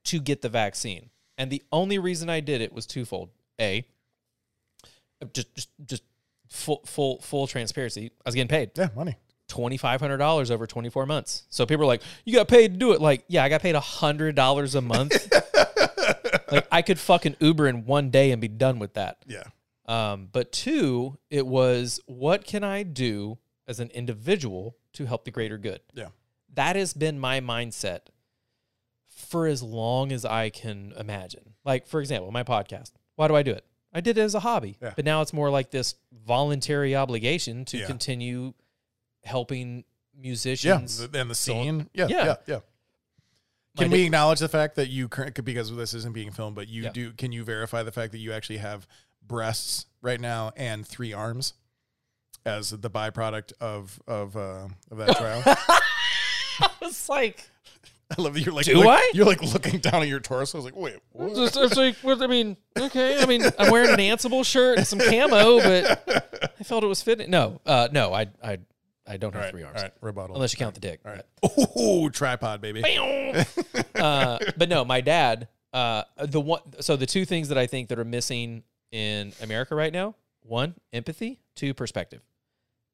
Speaker 3: to get the vaccine, and the only reason I did it was twofold. A, uh, just just just full full full transparency. I was getting paid.
Speaker 2: Yeah, money.
Speaker 3: twenty five hundred dollars over twenty four months. So people are like, "You got paid to do it." Like, yeah, I got paid hundred dollars a month. like, I could fucking Uber in one day and be done with that.
Speaker 2: Yeah.
Speaker 3: Um, but two, it was what can I do as an individual to help the greater good?
Speaker 2: Yeah.
Speaker 3: That has been my mindset for as long as I can imagine. Like, for example, my podcast. Why do I do it? I did it as a hobby,
Speaker 2: Yeah.
Speaker 3: but now it's more like this voluntary obligation to
Speaker 2: Yeah.
Speaker 3: continue helping
Speaker 2: Yeah.
Speaker 3: musicians.
Speaker 2: th- And the scene. Yeah.
Speaker 3: Yeah.
Speaker 2: Yeah. Yeah. Can
Speaker 3: My
Speaker 2: we acknowledge the fact that you current because this isn't being filmed, but you
Speaker 3: Yeah.
Speaker 2: do? Can you verify the fact that you actually have breasts right now and three arms as the byproduct of of uh, of that trial?
Speaker 3: It's like,
Speaker 2: I love that you're like,
Speaker 3: Do
Speaker 2: look-
Speaker 3: I?
Speaker 2: You're like looking down at your torso. I was like, wait, what?
Speaker 3: it's like, what- I mean, okay. I mean, I'm wearing an Ansible shirt and some camo, but I felt it was fitting. No, uh, no, I, I, I don't have
Speaker 2: All right,
Speaker 3: three
Speaker 2: all
Speaker 3: arms
Speaker 2: right, rebuttal.
Speaker 3: unless you count the dick.
Speaker 2: all right. Ooh, tripod, baby.
Speaker 3: uh, but no, my dad. Uh, the one. So the two things that I think that are missing in America right now: one, empathy; two, perspective.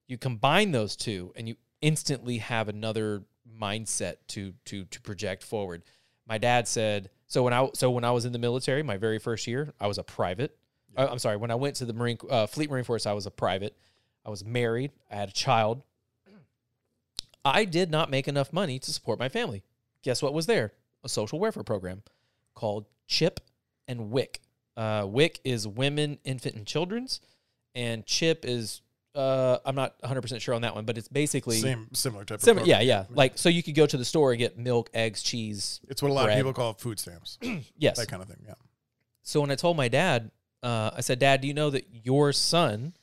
Speaker 3: You combine those two, and you instantly have another mindset to to to project forward. My dad said so when I so when I was in the military, my very first year, I was a private. I- Uh, I'm sorry, when I went to the Marine uh, Fleet Marine Force, I was a private. I was married. I had a child. I did not make enough money to support my family. Guess what was there? A social welfare program called CHIP and WIC. Uh, WIC is Women, Infant, and Children's, and CHIP is uh, I'm not 100 percent sure on that one, but it's basically
Speaker 2: Same similar type.
Speaker 3: Sim-
Speaker 2: of
Speaker 3: yeah,
Speaker 2: program.
Speaker 3: yeah. Like so, you could go to the store and get milk, eggs, cheese.
Speaker 2: It's what a lot
Speaker 3: bread.
Speaker 2: of people call food stamps,
Speaker 3: Yes.
Speaker 2: that kind of thing. Yeah.
Speaker 3: so when I told my dad, uh, I said, "Dad, do you know that your son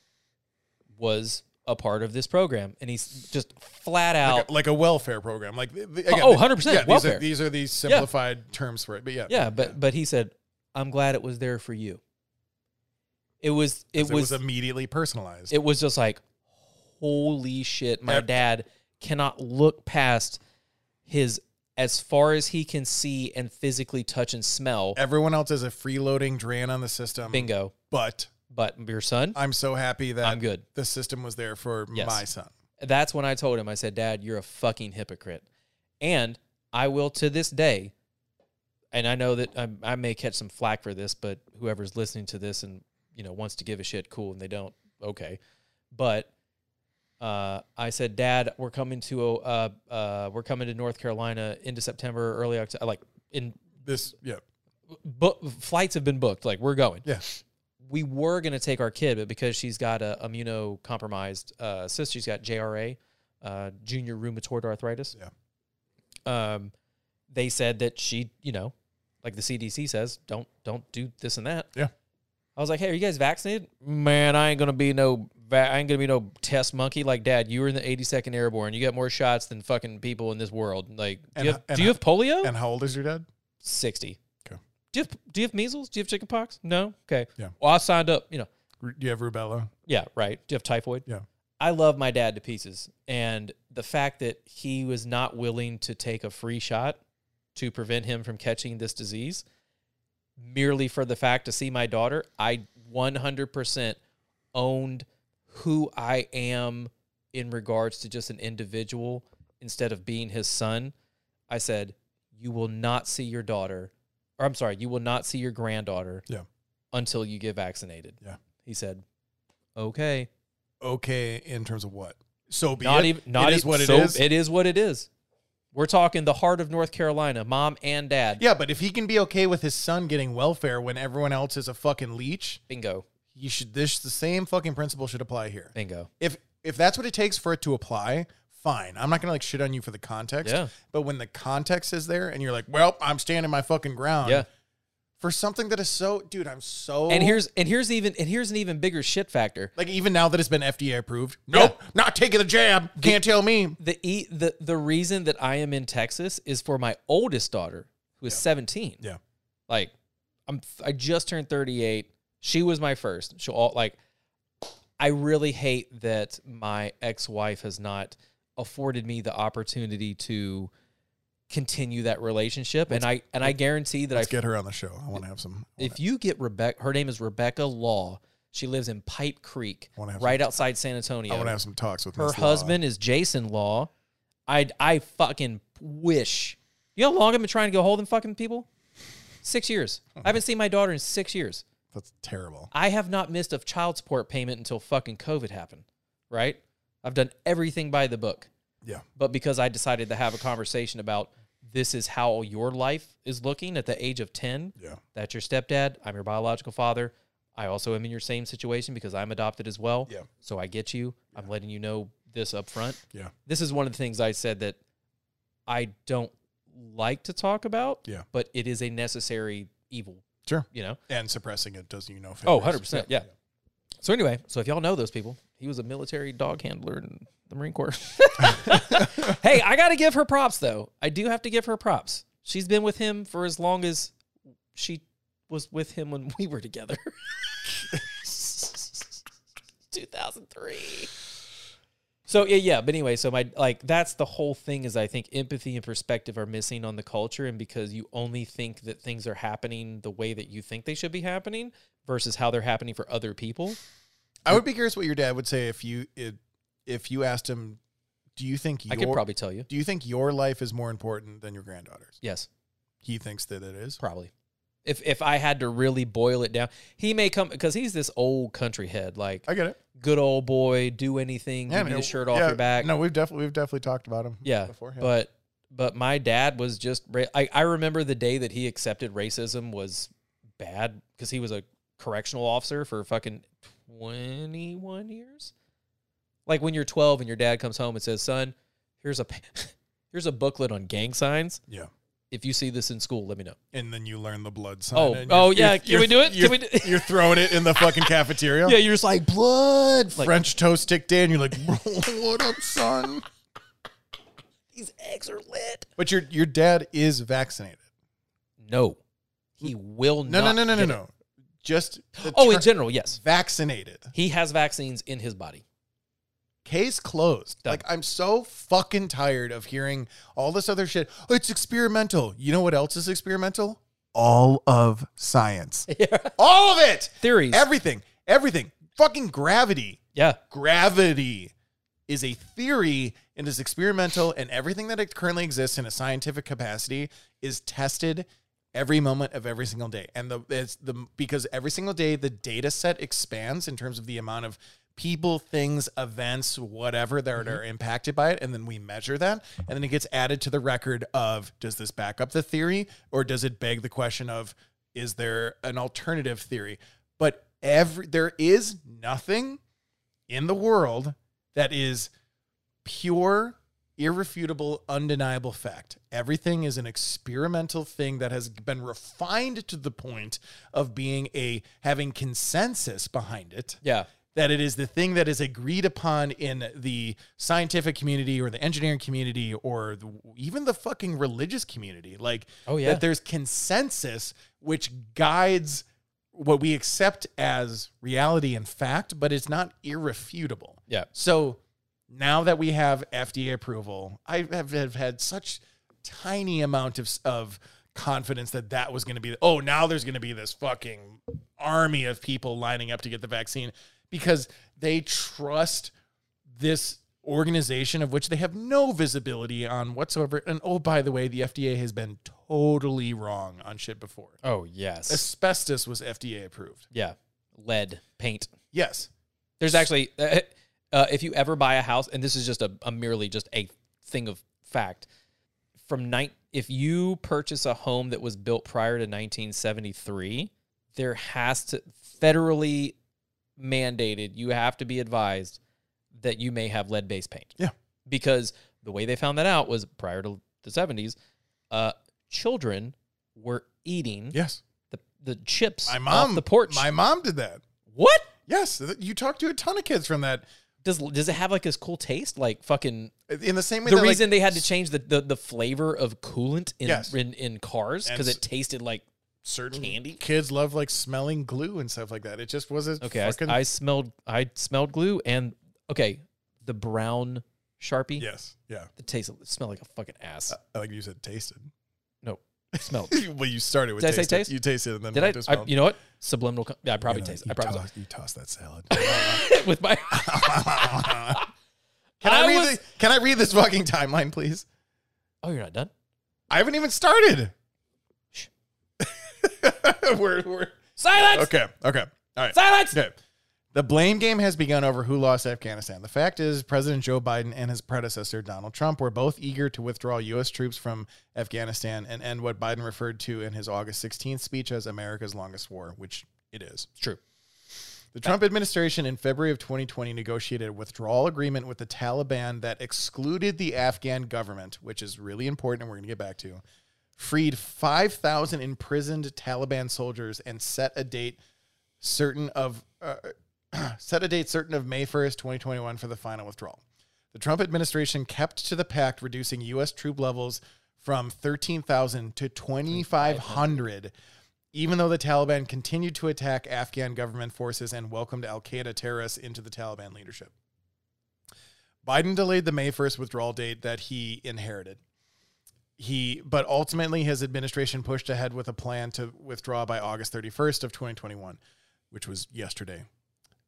Speaker 3: was a part of this program?" And he's just flat out,
Speaker 2: Like a, like a welfare program. Like the, the, again,
Speaker 3: oh,
Speaker 2: the-
Speaker 3: 100%
Speaker 2: yeah, these
Speaker 3: welfare.
Speaker 2: are these are the simplified terms for it. But yeah,
Speaker 3: "Yeah, but but he said, I'm glad it was there for you." It was it
Speaker 2: it was,
Speaker 3: was
Speaker 2: immediately personalized.
Speaker 3: it was just like, holy shit! My
Speaker 2: Ab-
Speaker 3: dad cannot look past his as far as he can see and physically touch and smell.
Speaker 2: Everyone else is a freeloading drain on the system.
Speaker 3: Bingo.
Speaker 2: But
Speaker 3: But your son,
Speaker 2: I'm so happy that
Speaker 3: I'm good.
Speaker 2: the system was there for
Speaker 3: Yes.
Speaker 2: my son.
Speaker 3: that's when I told him, I said, Dad, you're a fucking hypocrite. And I will to this day, and I know that i I may catch some flack for this, but whoever's listening to this and, you know, wants to give a shit, cool. And they don't, okay. But uh, I said, Dad, we're coming to, uh, uh, we're coming to North Carolina into September, early October, like in,
Speaker 2: This, yeah,
Speaker 3: book flights have been booked. Like we're going
Speaker 2: yeah.
Speaker 3: we were going to take our kid, but because she's got a immunocompromised uh, sister, she's got JRA, uh, junior rheumatoid arthritis. Yeah. Um, they said that she, you know, like the CDC says, don't don't do this and that.
Speaker 2: Yeah.
Speaker 3: I was like, hey, are you guys vaccinated? Man, I ain't gonna be no, va- I ain't gonna be no test monkey. Like, Dad, you were in the 82nd Airborne. You got more shots than fucking people in this world. Like, do
Speaker 2: And
Speaker 3: you
Speaker 2: ho-
Speaker 3: have,
Speaker 2: and
Speaker 3: do you
Speaker 2: ho-
Speaker 3: have polio?
Speaker 2: And how old is your dad?
Speaker 3: 60.
Speaker 2: Okay.
Speaker 3: Do you have do you have measles? Do you have chickenpox? No. Okay.
Speaker 2: Yeah.
Speaker 3: Well, I signed up. You know.
Speaker 2: Do you have rubella?
Speaker 3: Yeah, right. Do you have typhoid?
Speaker 2: Yeah.
Speaker 3: I love my dad to pieces. And the fact that he was not willing to take a free shot to prevent him from catching this disease merely for the fact to see my daughter, I 100% owned who I am in regards to just an individual instead of being his son. I said, You will not see your daughter, or I'm sorry, you will not see your granddaughter
Speaker 2: Yeah.
Speaker 3: until you get vaccinated.
Speaker 2: Yeah.
Speaker 3: He said, Okay
Speaker 2: Okay, in terms of what? So be
Speaker 3: not
Speaker 2: it.
Speaker 3: even not
Speaker 2: it is
Speaker 3: even-
Speaker 2: what
Speaker 3: so
Speaker 2: it is.
Speaker 3: It is what it is. We're talking the heart of North Carolina, mom and dad.
Speaker 2: yeah, but if he can be okay with his son getting welfare when everyone else is a fucking leech,
Speaker 3: Bingo,
Speaker 2: you should. This the same fucking principle should apply here.
Speaker 3: bingo.
Speaker 2: if if that's what it takes for it to apply, fine. I'm not gonna like shit on you for the context.
Speaker 3: Yeah.
Speaker 2: But when the context is there and you're like, well, I'm standing my fucking ground.
Speaker 3: Yeah.
Speaker 2: For something that is so, dude, I'm so.
Speaker 3: And here's and here's even and here's an even bigger shit factor.
Speaker 2: like even now that it's been FDA approved. Nope, not taking the jab. Can't tell me.
Speaker 3: The e the the reason that I am in Texas is for my oldest daughter who is 17.
Speaker 2: Yeah.
Speaker 3: Like I'm I just turned 38. She was my first. She'll all like I really hate that my ex-wife has not afforded me the opportunity to continue that relationship and I and I guarantee that I
Speaker 2: Let's get her on the show. I want to have some.
Speaker 3: if you get Rebecca, her name is Rebecca Law. She lives in Pipe Creek,
Speaker 2: Wanna have
Speaker 3: right outside San Antonio.
Speaker 2: I want to have some talks with
Speaker 3: her
Speaker 2: Miss Law.
Speaker 3: husband is Jason Law. I I fucking wish. You know how long I've been trying to go hold them fucking people? Six years. I haven't seen my daughter in six years.
Speaker 2: That's terrible.
Speaker 3: I have not missed a child support payment until fucking COVID happened. Right? I've done everything by the book
Speaker 2: Yeah.
Speaker 3: but because I decided to have a conversation about this is how your life is looking at the age of 10.
Speaker 2: Yeah.
Speaker 3: That's your stepdad. I'm your biological father. I also am in your same situation because I'm adopted as well.
Speaker 2: Yeah.
Speaker 3: So I get you. I'm letting you know this up front.
Speaker 2: Yeah.
Speaker 3: This is one of the things I said that I don't like to talk about,
Speaker 2: Yeah.
Speaker 3: but it is a necessary evil,
Speaker 2: Sure.
Speaker 3: you know?
Speaker 2: And suppressing it does you no favors.
Speaker 3: Oh, 100%. Yeah. So anyway, so if y'all know those people, he was a military dog handler in the Marine Corps. hey, I got to give her props though. I do have to give her props. She's been with him for as long as she was with him when we were together. 2003. So yeah, yeah, but anyway, so my like that's the whole thing is I think empathy and perspective are missing on the culture and because you only think that things are happening the way that you think they should be happening versus how they're happening for other people.
Speaker 2: I would be curious what your dad would say if you it, if you asked him, do you think
Speaker 3: I could
Speaker 2: your-
Speaker 3: probably tell you.
Speaker 2: Do you think your life is more important than your granddaughter's?
Speaker 3: Yes,
Speaker 2: He thinks that it is.
Speaker 3: probably. If if I had to really boil it down, he may come because he's this old country head, like
Speaker 2: I get it.
Speaker 3: good old boy, do anything, give
Speaker 2: no,
Speaker 3: you the shirt off
Speaker 2: yeah,
Speaker 3: your back.
Speaker 2: No, we've definitely we've definitely talked about him.
Speaker 3: yeah,
Speaker 2: before him.
Speaker 3: but but my dad was just ra- I I remember the day that he accepted racism was bad because he was a correctional officer for fucking twenty one years, Like when you're 12 and your dad comes home and says, "Son, here's a pa- here's a booklet on gang signs.
Speaker 2: Yeah.
Speaker 3: If you see this in school, let me know."
Speaker 2: And then you learn the blood sign.
Speaker 3: Oh,
Speaker 2: and
Speaker 3: oh
Speaker 2: you're-
Speaker 3: yeah.
Speaker 2: you're-
Speaker 3: Can we do it? Can
Speaker 2: you're-
Speaker 3: we? Do-
Speaker 2: You're throwing it in the fucking cafeteria.
Speaker 3: yeah, you're just like blood. Like
Speaker 2: French toast tick day, and you're like, "What up, son?"
Speaker 3: these eggs are lit.
Speaker 2: But your your dad is vaccinated.
Speaker 3: No, he will
Speaker 2: No,
Speaker 3: not.
Speaker 2: no, no, no, no,
Speaker 3: get it.
Speaker 2: no. Just the
Speaker 3: Oh, in
Speaker 2: term-
Speaker 3: general, yes,
Speaker 2: vaccinated.
Speaker 3: he has vaccines in his body.
Speaker 2: Case closed.
Speaker 3: Done.
Speaker 2: Like I'm so fucking tired of hearing all this other shit. "Oh, It's experimental. You know what else is experimental? All of science. All of it.
Speaker 3: Theories.
Speaker 2: Everything. Everything. Fucking gravity.
Speaker 3: yeah.
Speaker 2: gravity is a theory and is experimental, and everything that currently exists in a scientific capacity is tested every moment of every single day. And the it's the because every single day the data set expands in terms of the amount of people, things, events, whatever that are impacted by it, and then we measure that, and then it gets added to the record of does this back up the theory or does it beg the question of is there an alternative theory? But every there is nothing in the world that is pure, irrefutable, undeniable fact. Everything is an experimental thing that has been refined to the point of being a having consensus behind it.
Speaker 3: Yeah.
Speaker 2: That it is the thing that is agreed upon in the scientific community or the engineering community or the, even the fucking religious community. Like,
Speaker 3: Oh, yeah.
Speaker 2: that there's consensus which guides what we accept as reality and fact, but it's not irrefutable.
Speaker 3: Yeah.
Speaker 2: So now that we have FDA approval, I have, have had such tiny amount of of confidence that that was going to be. Oh, now there's going to be this fucking army of people lining up to get the vaccine because they trust this organization of which they have no visibility on whatsoever. And oh, by the way, the FDA has been totally wrong on shit before.
Speaker 3: Oh yes.
Speaker 2: Asbestos was FDA approved.
Speaker 3: Yeah. Lead paint.
Speaker 2: Yes.
Speaker 3: There's actually, uh, uh, if you ever buy a house, and this is just a, a merely just a thing of fact, from night if you purchase a home that was built prior to 1973, there has to federally mandated you have to be advised that you may have lead based paint.
Speaker 2: Yeah.
Speaker 3: because the way they found that out was prior to the 70s, uh, children were eating
Speaker 2: Yes.
Speaker 3: the, the chips
Speaker 2: My
Speaker 3: off
Speaker 2: mom
Speaker 3: the porch.
Speaker 2: My mom did that.
Speaker 3: what?
Speaker 2: Yes, th- you talk to a ton of kids from that.
Speaker 3: does does it have like this cool taste like fucking
Speaker 2: In the same way,
Speaker 3: the
Speaker 2: that, like-
Speaker 3: reason they had to change the, the the flavor of coolant in
Speaker 2: Yes.
Speaker 3: in, in cars because
Speaker 2: And
Speaker 3: it tasted like
Speaker 2: certain
Speaker 3: candy?
Speaker 2: kids love like smelling glue and stuff like that. It just wasn't
Speaker 3: okay I,
Speaker 2: Fucking,
Speaker 3: I smelled I smelled glue and okay the brown sharpie
Speaker 2: yes, yeah. Uh,
Speaker 3: the taste it smelled like a fucking ass
Speaker 2: Like you said, tasted.
Speaker 3: no smelled
Speaker 2: well, you started with
Speaker 3: Did I say
Speaker 2: tasted.
Speaker 3: taste?
Speaker 2: You tasted and then
Speaker 3: did
Speaker 2: went to
Speaker 3: I, I
Speaker 2: smell.
Speaker 3: you know what subliminal co- yeah I probably
Speaker 2: You know,
Speaker 3: tasted
Speaker 2: you
Speaker 3: I probably
Speaker 2: toss, you toss that salad.
Speaker 3: with my
Speaker 2: can I,
Speaker 3: I
Speaker 2: read?
Speaker 3: was-
Speaker 2: the, can I read this fucking timeline, please?
Speaker 3: oh you're not done
Speaker 2: I haven't even started.
Speaker 3: Shh.
Speaker 2: we're we're
Speaker 3: silence
Speaker 2: okay. Okay. All right.
Speaker 3: silence
Speaker 2: Okay. The blame game has begun over who lost Afghanistan. The fact is, President Joe Biden and his predecessor, Donald Trump, were both eager to withdraw U.S. troops from Afghanistan and end what Biden referred to in his August 16th speech as America's longest war, which it is.
Speaker 3: it's true
Speaker 2: The Trump administration in February of 2020 negotiated a withdrawal agreement with the Taliban that excluded the Afghan government, which is really important and we're going to get back to, freed 5,000 imprisoned Taliban soldiers and set a date certain of uh, set a date certain of May 1st, 2021 for the final withdrawal. The Trump administration kept to the pact reducing US troop levels from 13,000 to 2,500 even though the Taliban continued to attack Afghan government forces and welcomed Al Qaeda terrorists into the Taliban leadership. Biden delayed the May 1st withdrawal date that he inherited. He but ultimately his administration pushed ahead with a plan to withdraw by August 31st of 2021, which was yesterday.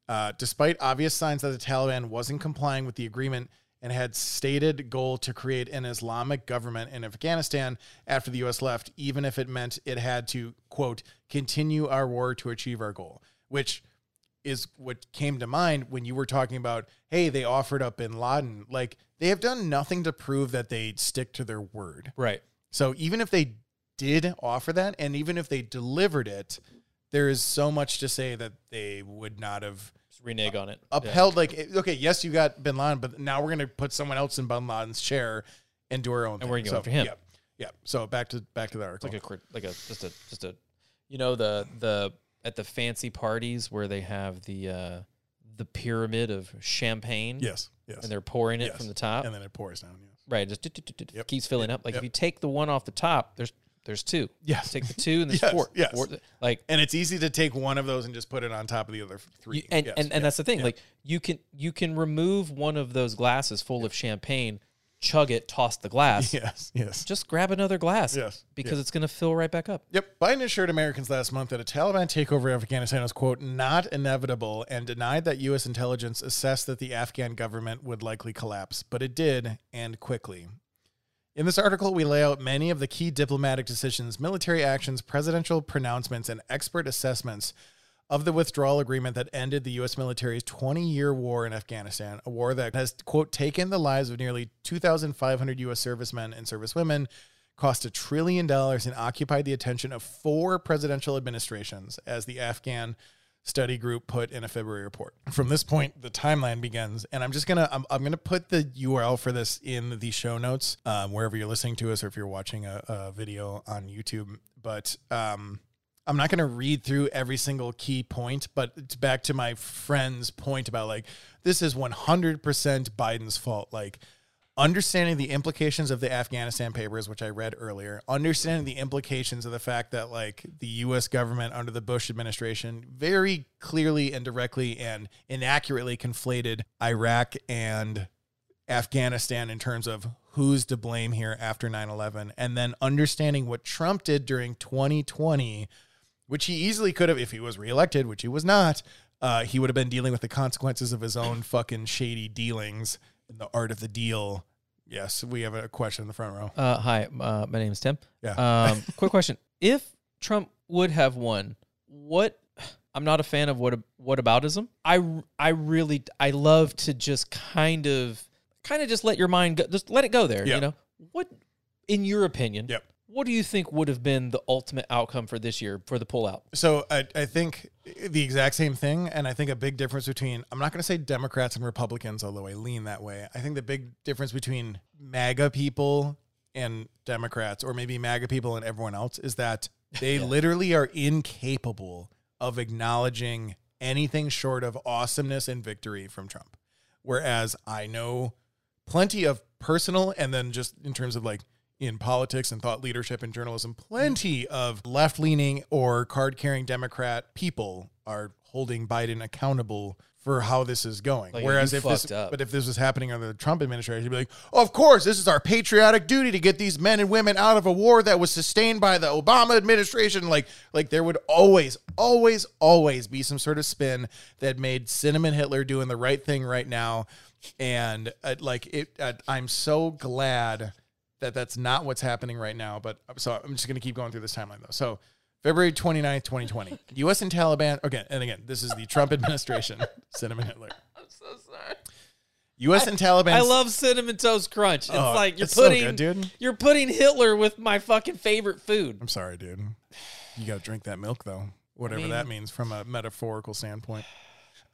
Speaker 2: Uh, despite obvious signs that the Taliban wasn't complying with the agreement and had stated goal to create an Islamic government in Afghanistan after the U.S. left, even if it meant it had to quote continue our war to achieve our goal, which is what came to mind when you were talking about hey they offered up Bin Laden like they have done nothing to prove that they stick to their word.
Speaker 3: right
Speaker 2: So even if they did offer that, and even if they delivered it, there is so much to say that they would not have
Speaker 3: Just renege on it.
Speaker 2: upheld like it- okay yes you got bin laden but now we're gonna put someone else in bin laden's chair and do our own
Speaker 3: And we're
Speaker 2: thing.
Speaker 3: gonna go
Speaker 2: so,
Speaker 3: after him.
Speaker 2: yeah yeah so back to back to that article
Speaker 3: Like a crit- like a just a just a you know the the at the fancy parties where they have the uh the pyramid of champagne.
Speaker 2: yes yes
Speaker 3: And they're pouring it
Speaker 2: yes.
Speaker 3: from the top.
Speaker 2: and then it pours down yes
Speaker 3: Right, just do- do- do- do-
Speaker 2: Yep.
Speaker 3: keeps filling up. Like if
Speaker 2: Yep.
Speaker 3: you take the one off the top, there's there's two.
Speaker 2: Yes.
Speaker 3: Take the two and there's
Speaker 2: Yes,
Speaker 3: four.
Speaker 2: yes.
Speaker 3: Four- Like
Speaker 2: and it's easy to take one of those and just put it on top of the other three
Speaker 3: you, and,
Speaker 2: Yes,
Speaker 3: and, and
Speaker 2: yes.
Speaker 3: that's the thing. Like you can you can remove one of those glasses full of champagne, chug it, toss the glass.
Speaker 2: yes yes
Speaker 3: Just grab another glass.
Speaker 2: Yes,
Speaker 3: Because it's gonna fill right back up.
Speaker 2: Yep. Biden assured Americans last month that a Taliban takeover of Afghanistan was, quote, not inevitable and denied that U.S. intelligence assessed that the Afghan government would likely collapse, but it did, and quickly. In this article, we lay out many of the key diplomatic decisions, military actions, presidential pronouncements, and expert assessments of the withdrawal agreement that ended the U.S. military's 20 year war in Afghanistan, a war that has, quote, taken the lives of nearly 2,500 U.S. servicemen and servicewomen, cost a trillion dollars, and occupied the attention of four presidential administrations, as the Afghan study group put in a February report. From this point, the timeline begins, and I'm just gonna I'm, I'm gonna put the URL for this in the show notes, um, wherever you're listening to us, or if you're watching a, a video on YouTube. But um, I'm not gonna read through every single key point, but it's back to my friend's point about like this is 100% Biden's fault, like. Understanding the implications of the Afghanistan papers, which I read earlier, understanding the implications of the fact that, like, the U.S. government under the Bush administration very clearly and directly and inaccurately conflated Iraq and Afghanistan in terms of who's to blame here after 9 11, and then understanding what Trump did during 2020, which he easily could have, if he was reelected, which he was not, uh, he would have been dealing with the consequences of his own fucking shady dealings and the art of the deal. Yes, we have a question in the front row.
Speaker 3: Uh, hi, uh, my name is Tim.
Speaker 2: Yeah.
Speaker 3: Um, quick question: If Trump would have won, what? I'm not a fan of what what aboutism. I I really I love to just kind of kind of just let your mind go, just let it go there.
Speaker 2: Yeah.
Speaker 3: You know what? In your opinion,
Speaker 2: Yep.
Speaker 3: what do you think would have been the ultimate outcome for this year for the pullout?
Speaker 2: So I, I think the exact same thing, and I think a big difference between I'm not going to say Democrats and Republicans, although I lean that way. I think the big difference between MAGA people and Democrats, or maybe MAGA people and everyone else, is that they literally are incapable of acknowledging anything short of awesomeness and victory from Trump. Whereas I know plenty of personal and then just in terms of like in politics and thought leadership and journalism, plenty of left leaning or card carrying Democrat people are holding Biden accountable for how this is going.
Speaker 3: Like,
Speaker 2: Whereas
Speaker 3: you
Speaker 2: if this
Speaker 3: fucked up.
Speaker 2: but if this was happening under the Trump administration, you'd be like, of course, this is our patriotic duty to get these men and women out of a war that was sustained by the Obama administration. Like, like there would always, always, always be some sort of spin that made Cinnamon Hitler doing the right thing right now. And uh, like it, uh, I'm so glad that that's not what's happening right now. But uh, so I'm just going to keep going through this timeline though. So February 29th, 2020, U.S. and Taliban. Again, and again, this is the Trump administration, Cinnamon Hitler.
Speaker 3: I'm so sorry.
Speaker 2: U.S. and Taliban.
Speaker 3: I love cinnamon toast crunch. It's
Speaker 2: Oh,
Speaker 3: like you're
Speaker 2: it's so
Speaker 3: putting
Speaker 2: good, dude.
Speaker 3: you're putting Hitler with my fucking favorite food.
Speaker 2: I'm sorry, dude. You got to drink that milk, though. Whatever
Speaker 3: mean-
Speaker 2: that means from a metaphorical standpoint.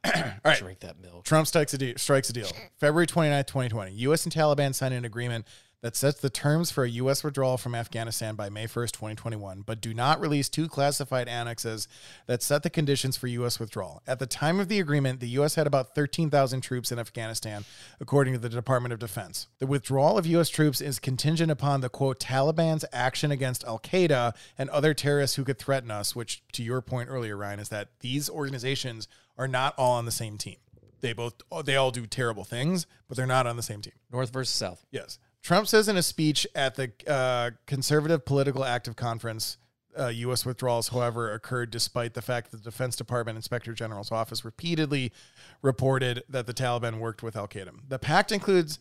Speaker 2: All right.
Speaker 3: Drink that milk.
Speaker 2: Trump strikes a, deal, strikes a deal. February 29, 2020. U.S. and Taliban sign an agreement that sets the terms for a U.S. withdrawal from Afghanistan by May 1st, 2021, but do not release two classified annexes that set the conditions for U.S. withdrawal. At the time of the agreement, the U.S. had about 13,000 troops in Afghanistan, according to the Department of Defense. The withdrawal of U.S. troops is contingent upon the, quote, Taliban's action against Al Qaeda and other terrorists who could threaten us, which, to your point earlier, Ryan, is that these organizations are not all on the same team they both they all do terrible things, but they're not on the same team.
Speaker 3: North versus South.
Speaker 2: Yes. Trump says in a speech at the uh, Conservative Political Active Conference, uh, U.S. withdrawals, however, occurred despite the fact that the Defense Department Inspector General's office repeatedly reported that the Taliban worked with Al Qaeda. The pact includes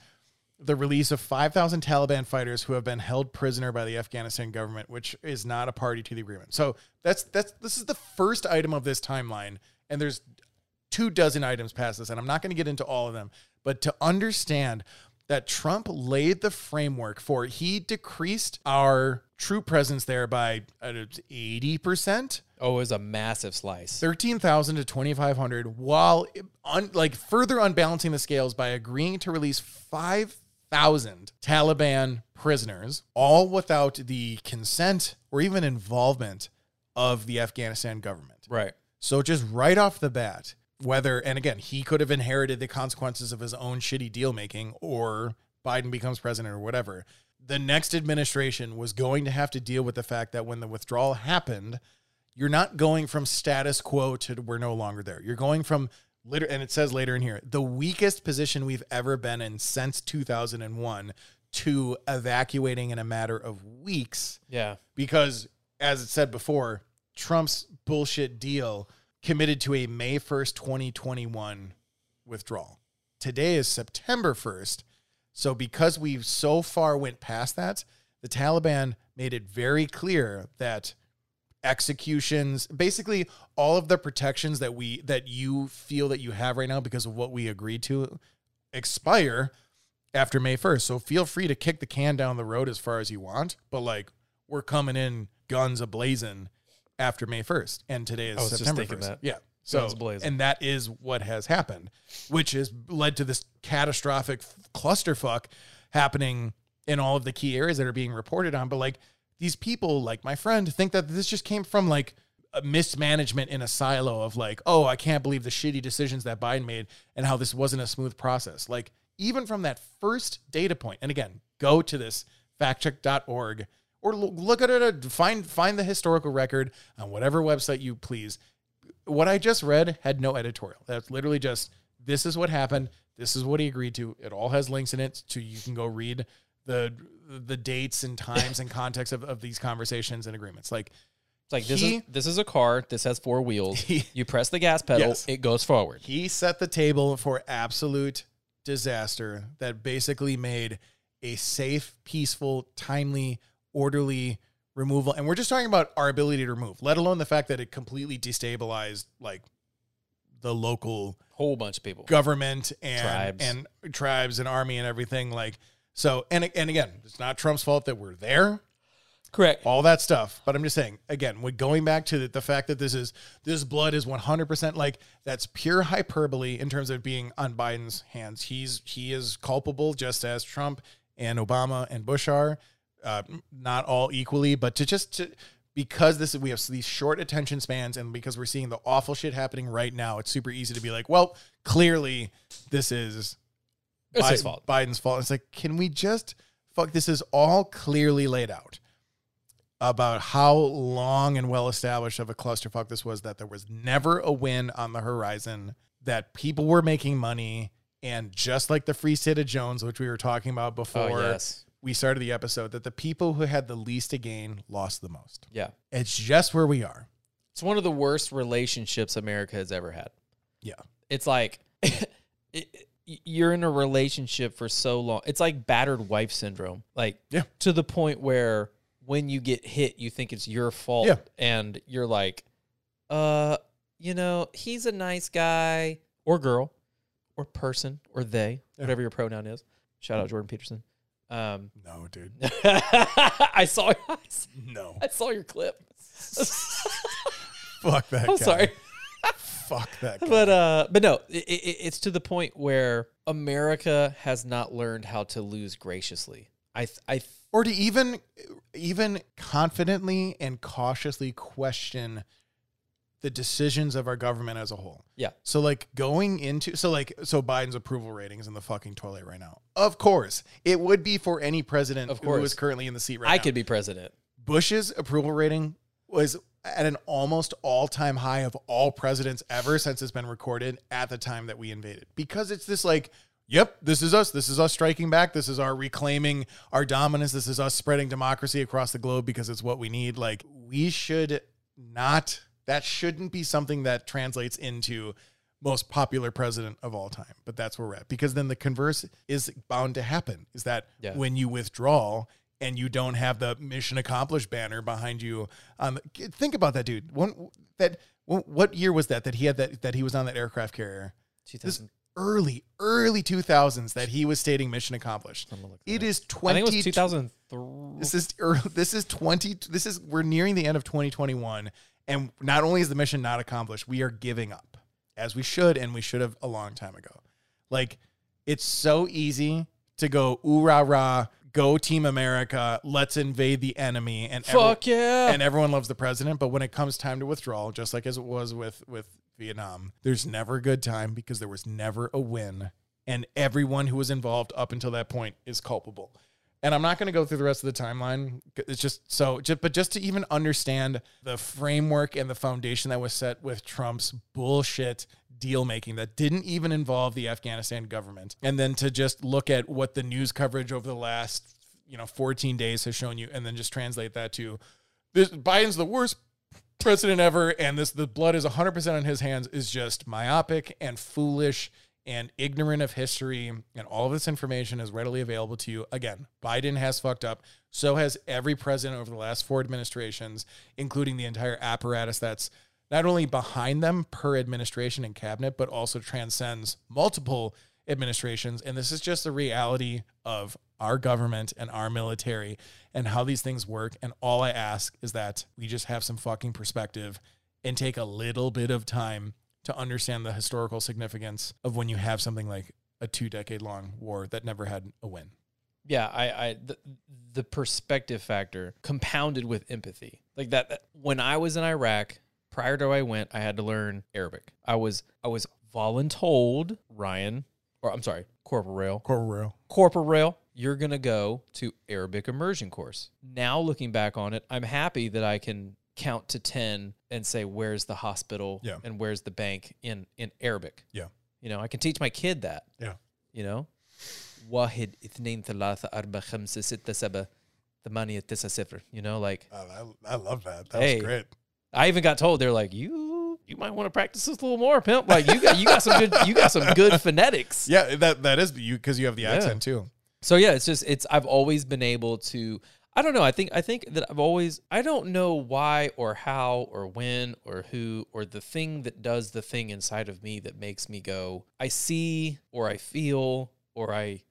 Speaker 2: the release of 5,000 Taliban fighters who have been held prisoner by the Afghanistan government, which is not a party to the agreement. So that's that's this is the first item of this timeline, and there's two dozen items past this, and I'm not going to get into all of them. But to understand that Trump laid the framework for. He decreased our true presence there by eighty percent.
Speaker 3: Oh, it was a massive slice.
Speaker 2: 13,000 to 2,500 while un, like further unbalancing the scales by agreeing to release 5,000 Taliban prisoners, all without the consent or even involvement of the Afghanistan government.
Speaker 3: Right.
Speaker 2: So just right off the bat, whether and again, he could have inherited the consequences of his own shitty deal making or Biden becomes president or whatever. The next administration was going to have to deal with the fact that when the withdrawal happened, you're not going from status quo to we're no longer there. You're going from later and it says later in here, the weakest position we've ever been in since 2001 to evacuating in a matter of weeks
Speaker 3: Yeah.
Speaker 2: because as it said before, Trump's bullshit deal committed to a May 1st, 2021 withdrawal. Today is September 1st. So because we so far went past that, the Taliban made it very clear that executions, basically all of the protections that we that you feel that you have right now because of what we agreed to expire after May 1st. So feel free to kick the can down the road as far as you want, but like we're coming in guns ablazing after May 1st. And today is
Speaker 3: I was just
Speaker 2: September
Speaker 3: thinking
Speaker 2: 1st.
Speaker 3: that.
Speaker 2: Yeah. So
Speaker 3: Guns ablazing.
Speaker 2: and that is what has happened, which has led to this catastrophic f- clusterfuck happening in all of the key areas that are being reported on, but like these people like my friend think that this just came from like a mismanagement in a silo of like, oh, I can't believe the shitty decisions that Biden made and how this wasn't a smooth process. Like, even from that first data point, and again, go to this factcheck.org or lo- look at it, uh, find find the historical record on whatever website you please. What I just read had no editorial. That's literally just this is what happened. This is what he agreed to. It all has links in it, so you can go read the the dates and times and context of, of these conversations and agreements. Like
Speaker 3: It's like this
Speaker 2: He-
Speaker 3: is this is a car. This has four wheels.
Speaker 2: He-
Speaker 3: you press the gas pedal,
Speaker 2: Yes.
Speaker 3: it goes forward.
Speaker 2: He set the table for absolute disaster that basically made a safe, peaceful, timely, orderly removal. And we're just talking about our ability to remove, let alone the fact that it completely destabilized like the local
Speaker 3: Whole bunch of people.
Speaker 2: government and
Speaker 3: Tribes.
Speaker 2: and tribes and army and everything. Like so and and again, it's not Trump's fault that we're there
Speaker 3: Correct.
Speaker 2: all that stuff. But I'm just saying, again, we're going back to the, the fact that this is this blood is 100% like that's pure hyperbole in terms of being on Biden's hands. He's he is culpable just as Trump and Obama and Bush are, uh, not all equally, but to just to because this we have these short attention spans and because we're seeing the awful shit happening right now, it's super easy to be like, well, clearly this is
Speaker 3: It's
Speaker 2: Bi-
Speaker 3: his fault.
Speaker 2: Biden's fault. It's like, can we just fuck? This is all clearly laid out about how long and well established of a clusterfuck this was. That there was never a win on the horizon. That people were making money, and just like the Free State of Jones, which we were talking about
Speaker 3: Oh
Speaker 2: before
Speaker 3: yes.
Speaker 2: we started the episode, that the people who had the least to gain lost the most.
Speaker 3: Yeah.
Speaker 2: It's just where we are.
Speaker 3: It's one of the worst relationships America has ever had.
Speaker 2: Yeah.
Speaker 3: It's like it, it- you're in a relationship for so long. It's like battered wife syndrome. Like
Speaker 2: Yeah.
Speaker 3: to the point where when you get hit, you think it's your fault
Speaker 2: Yeah.
Speaker 3: and you're like uh, you know, he's a nice guy or girl or person or they,
Speaker 2: Yeah. Mm.
Speaker 3: whatever your pronoun is. Shout out Jordan Peterson. Um
Speaker 2: No, dude.
Speaker 3: I saw
Speaker 2: No.
Speaker 3: I saw your clip.
Speaker 2: Fuck that.
Speaker 3: I'm
Speaker 2: guy.
Speaker 3: sorry.
Speaker 2: Fuck that. Guy.
Speaker 3: but uh but no it, it, it's to the point where america has not learned how to lose graciously i th- i th-
Speaker 2: or to even even confidently and cautiously question the decisions of our government as a whole.
Speaker 3: Yeah.
Speaker 2: So like going into so like so Biden's approval rating is in the fucking toilet right now. Of course, it would be for any president
Speaker 3: Of
Speaker 2: who
Speaker 3: course.
Speaker 2: is currently in the seat right
Speaker 3: i
Speaker 2: now.
Speaker 3: could be president
Speaker 2: Bush's approval rating was at an almost all-time high of all presidents ever since it's been recorded at the time that we invaded. Because it's this like, yep, this is us. This is us striking back. This is our reclaiming our dominance. This is us spreading democracy across the globe because it's what we need. Like we should not that shouldn't be something that translates into most popular president of all time. But that's where we're at. Because then the converse is bound to happen is that
Speaker 3: Yeah.
Speaker 2: when you withdraw and you don't have the mission accomplished banner behind you. Um, think about that, dude. One that wh- what year was that that he had that that he was on that aircraft carrier?
Speaker 3: 2000
Speaker 2: early, early 2000s that he was stating mission accomplished.
Speaker 3: gonna look that
Speaker 2: It is
Speaker 3: I think it was
Speaker 2: 20
Speaker 3: two thousand three.
Speaker 2: this is early, this is 20 this is we're nearing the end of 2021 and not only is the mission not accomplished, we are giving up as we should and we should have a long time ago. Like it's so easy to go ooh rah rah, go Team America, let's invade the enemy and every-
Speaker 3: Fuck yeah!
Speaker 2: and everyone loves the president. But when it comes time to withdrawal, just like as it was with with Vietnam, there's never a good time because there was never a win, and everyone who was involved up until that point is culpable. And I'm not going to go through the rest of the timeline. It's just so, just, but just to even understand the framework and the foundation that was set with Trump's bullshit deal making that didn't even involve the Afghanistan government. And then to just look at what the news coverage over the last, you know, 14 days has shown you, and then just translate that to this Biden's the worst president ever, and this the blood is 100 percent on his hands is just myopic and foolish and ignorant of history, and all of this information is readily available to you. Again, Biden has fucked up. So has every president over the last four administrations, including the entire apparatus that's not only behind them per administration and cabinet, but also transcends multiple administrations. And this is just the reality of our government and our military and how these things work. And all I ask is that we just have some fucking perspective and take a little bit of time to understand the historical significance of when you have something like a two decade long war that never had a win.
Speaker 3: yeah, I, I the, the perspective factor compounded with empathy. Like that, that- when I was in Iraq, prior to I went, I had to learn Arabic. I was I was voluntold, Ryan, or I'm sorry, Corporal Rail.
Speaker 2: Corporal.
Speaker 3: Corporal, you're going to go to Arabic immersion course. Now looking back on it, I'm happy that I can count to 10 and say where's the hospital
Speaker 2: Yeah.
Speaker 3: and where's the bank in in Arabic.
Speaker 2: Yeah.
Speaker 3: You know, I can teach my kid that.
Speaker 2: Yeah.
Speaker 3: You know? واحد اثنين ثلاثة أربعة خمسة ستة سبعة ثمانية تسعة صفر. You know, like
Speaker 2: Oh, I, I love that. That
Speaker 3: was Hey. great. I even got told they're like you you might want to practice this a little more, pimp. Like you got you got some good you got some good phonetics.
Speaker 2: Yeah, that, that is you because you have the accent too.
Speaker 3: So yeah, it's just it's I've always been able to I don't know, I think I think that I've always I don't know why or how or when or who or the thing that does the thing inside of me that makes me go I see or I feel or I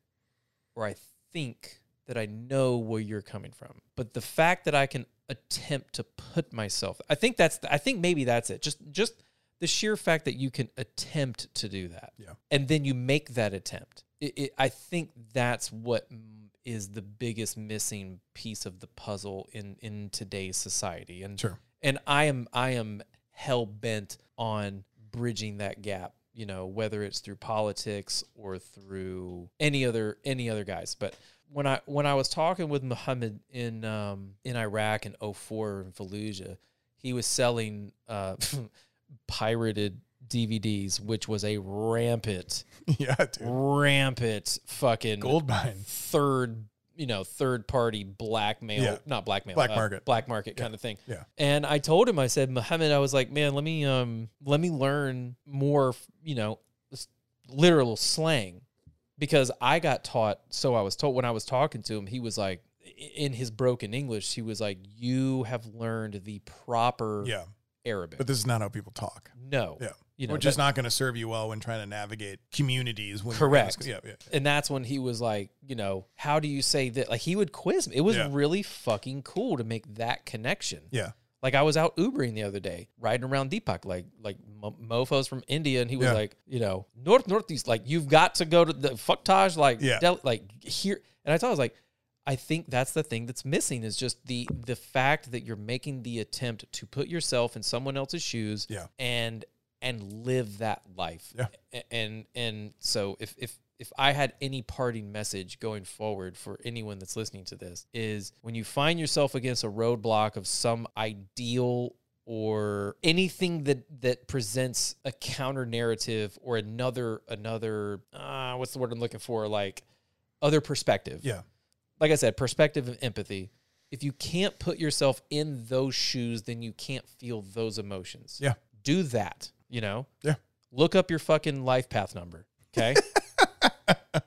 Speaker 3: or I think that I know where you're coming from. But the fact that I can attempt to put myself I think that's I think maybe that's it. Just just the sheer fact that you can attempt to do that.
Speaker 2: Yeah.
Speaker 3: And then you make that attempt. It, it, I think that's what m- is the biggest missing piece of the puzzle in in today's society. And
Speaker 2: Sure.
Speaker 3: and I am I am hell bent on bridging that gap. You know, whether it's through politics or through any other any other guys. But when I when I was talking with Muhammad in um, in Iraq in 04 in Fallujah, he was selling uh, pirated DVDs, which was a rampant,
Speaker 2: yeah, dude.
Speaker 3: rampant fucking
Speaker 2: Gold mine.
Speaker 3: third you know third party blackmail
Speaker 2: Yeah.
Speaker 3: not blackmail uh,
Speaker 2: Black market.
Speaker 3: black market kind of thing
Speaker 2: Yeah.
Speaker 3: and i told him i said muhammad i was like man let me um let me learn more you know s- literal slang because i got taught so i was told when i was talking to him he was like i- in his broken english he was like you have learned the proper
Speaker 2: Yeah,
Speaker 3: arabic
Speaker 2: but this is not how people talk.
Speaker 3: no
Speaker 2: Yeah.
Speaker 3: you know
Speaker 2: Which is
Speaker 3: that-
Speaker 2: not going to serve you well when trying to navigate communities. When you're in
Speaker 3: Correct.
Speaker 2: this- Yeah, yeah.
Speaker 3: and that's when he was like, you know, how do you say that? Like he would quiz me. It was
Speaker 2: Yeah.
Speaker 3: really fucking cool to make that connection.
Speaker 2: Yeah.
Speaker 3: Like I was out Ubering the other day, riding around Deepak, like like mo- mofo's from India, and he was
Speaker 2: Yeah.
Speaker 3: like, you know, north northeast, like you've got to go to the fucktage, like
Speaker 2: Yeah.
Speaker 3: Del- like here. And I thought I was like, I think that's the thing that's missing is just the the fact that you're making the attempt to put yourself in someone else's shoes,
Speaker 2: Yeah.
Speaker 3: and and live that life.
Speaker 2: Yeah.
Speaker 3: A- And and so if if if I had any parting message going forward for anyone that's listening to this is when you find yourself against a roadblock of some ideal or anything that that presents a counter narrative or another another uh, what's the word I'm looking for like other perspective
Speaker 2: Yeah.
Speaker 3: like I said, perspective and empathy. If you can't put yourself in those shoes, then you can't feel those emotions.
Speaker 2: Yeah.
Speaker 3: Do that, you know?
Speaker 2: Yeah.
Speaker 3: Look up your fucking life path number, okay?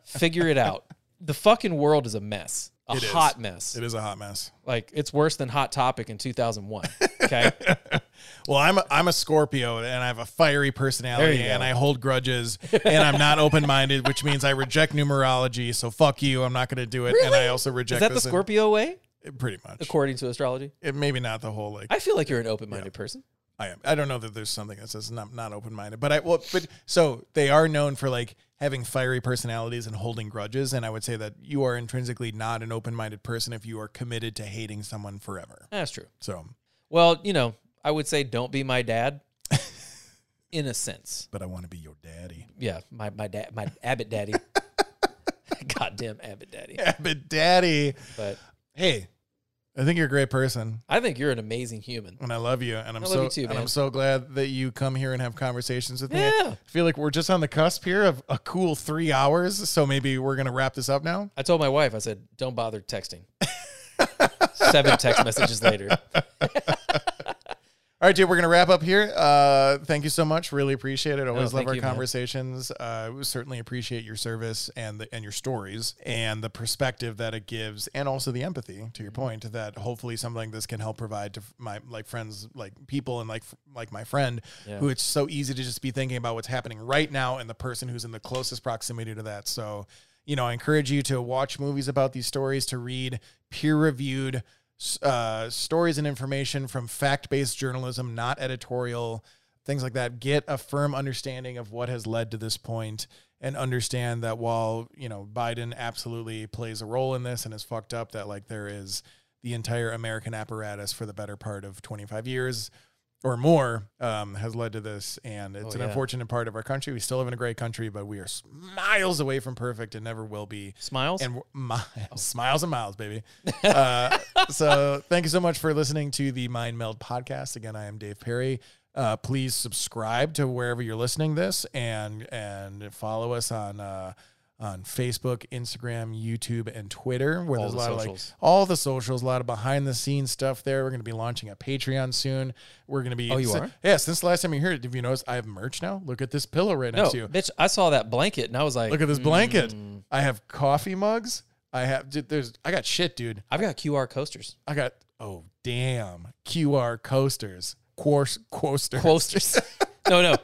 Speaker 3: Figure it out. The fucking world is a mess, a
Speaker 2: It is.
Speaker 3: hot mess.
Speaker 2: It is a hot mess.
Speaker 3: Like, it's worse than Hot Topic in 2001, okay?
Speaker 2: Well, I'm a, I'm a Scorpio and I have a fiery personality
Speaker 3: There you go.
Speaker 2: and I hold grudges and I'm not open minded, which means I reject numerology. So fuck you. I'm not going to do it. And I also
Speaker 3: Is
Speaker 2: reject
Speaker 3: that the
Speaker 2: this in-
Speaker 3: Scorpio way,
Speaker 2: pretty much.
Speaker 3: according to astrology?
Speaker 2: It, maybe not the whole like
Speaker 3: I feel like you're an open-minded person.
Speaker 2: I am. I don't know that there's something that says not not open minded, but I well, but so they are known for like having fiery personalities and holding grudges, and I would say that you are intrinsically not an open minded person if you are committed to hating someone forever.
Speaker 3: That's true.
Speaker 2: So,
Speaker 3: Well, you know, I would say don't be my dad. in a sense,
Speaker 2: but I want to be your daddy,
Speaker 3: yeah, my my dad, my Abbott daddy. Goddamn Abbott daddy.
Speaker 2: yeah, but daddy.
Speaker 3: But
Speaker 2: Hey, I think you're a great person,
Speaker 3: I think you're an amazing human.
Speaker 2: and I love you, and I'm
Speaker 3: I love
Speaker 2: so
Speaker 3: you too,
Speaker 2: and
Speaker 3: man.
Speaker 2: I'm so glad that you come here and have conversations with me.
Speaker 3: Yeah.
Speaker 2: I feel like we're just on the cusp here of a cool three hours, so maybe we're gonna wrap this up now.
Speaker 3: I told my wife, I said, don't bother texting. Seven text messages later.
Speaker 2: All right, dude, we're gonna wrap up here. Uh, thank you so much. Really appreciate it. Always love
Speaker 3: thank
Speaker 2: our
Speaker 3: you, man.
Speaker 2: conversations. Uh, we certainly appreciate your service and the, and your stories and the perspective that it gives, and also the empathy. To your
Speaker 3: Mm-hmm.
Speaker 2: point, that hopefully something this can help provide to my like friends, like people, and like like my friend,
Speaker 3: Yeah.
Speaker 2: who it's so easy to just be thinking about what's happening right now and the person who's in the closest proximity to that. So, you know, I encourage you to watch movies about these stories, to read peer reviewed uh, stories and information from fact based journalism, not editorial, things like that. Get a firm understanding of what has led to this point and understand that while, you know, Biden absolutely plays a role in this and is fucked up, that like there is the entire American apparatus for the better part of 25 years or more um, has led to this. And it's
Speaker 3: Oh,
Speaker 2: an
Speaker 3: yeah.
Speaker 2: unfortunate part of our country. We still live in a great country, but we are s- miles away from perfect and never will be
Speaker 3: Smiles? Oh.
Speaker 2: and we're- mi- smiles and miles, baby. Uh, so thank you so much for listening to the Mind Meld podcast. Again, I am Dave Perry. Uh, please subscribe to wherever you're listening this, and and follow us on uh, on Facebook, Instagram, YouTube, and Twitter. Where
Speaker 3: All
Speaker 2: there's a
Speaker 3: the
Speaker 2: lot
Speaker 3: socials.
Speaker 2: of like all the socials, a lot of behind the scenes stuff there. We're going to be launching a Patreon soon. We're going to be
Speaker 3: Oh, you
Speaker 2: si-
Speaker 3: are?
Speaker 2: yeah. Since the last time you heard it, if you notice, I have merch now. Look at this pillow right
Speaker 3: no,
Speaker 2: next to you.
Speaker 3: bitch, I saw that blanket and I was like, "Hmm,
Speaker 2: Look at this blanket. I have coffee mugs. I have dude, there's I got shit, dude.
Speaker 3: I've got QR coasters.
Speaker 2: I got oh damn QR coasters, course coasters,
Speaker 3: Coasters. no, no.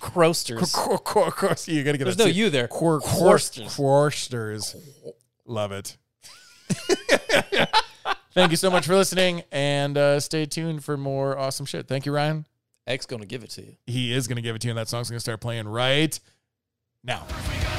Speaker 3: Croasters.
Speaker 2: coasters. You gotta get
Speaker 3: There's
Speaker 2: that
Speaker 3: no
Speaker 2: too.
Speaker 3: you there.
Speaker 2: Quor- quor-
Speaker 3: Coasters.
Speaker 2: Coasters. Love it. Thank you so much for listening, and uh, stay tuned for more awesome shit. Thank you, Ryan.
Speaker 3: X gonna give it to you.
Speaker 2: He is gonna give it to you, and that song's gonna start playing right now.
Speaker 1: Here we go.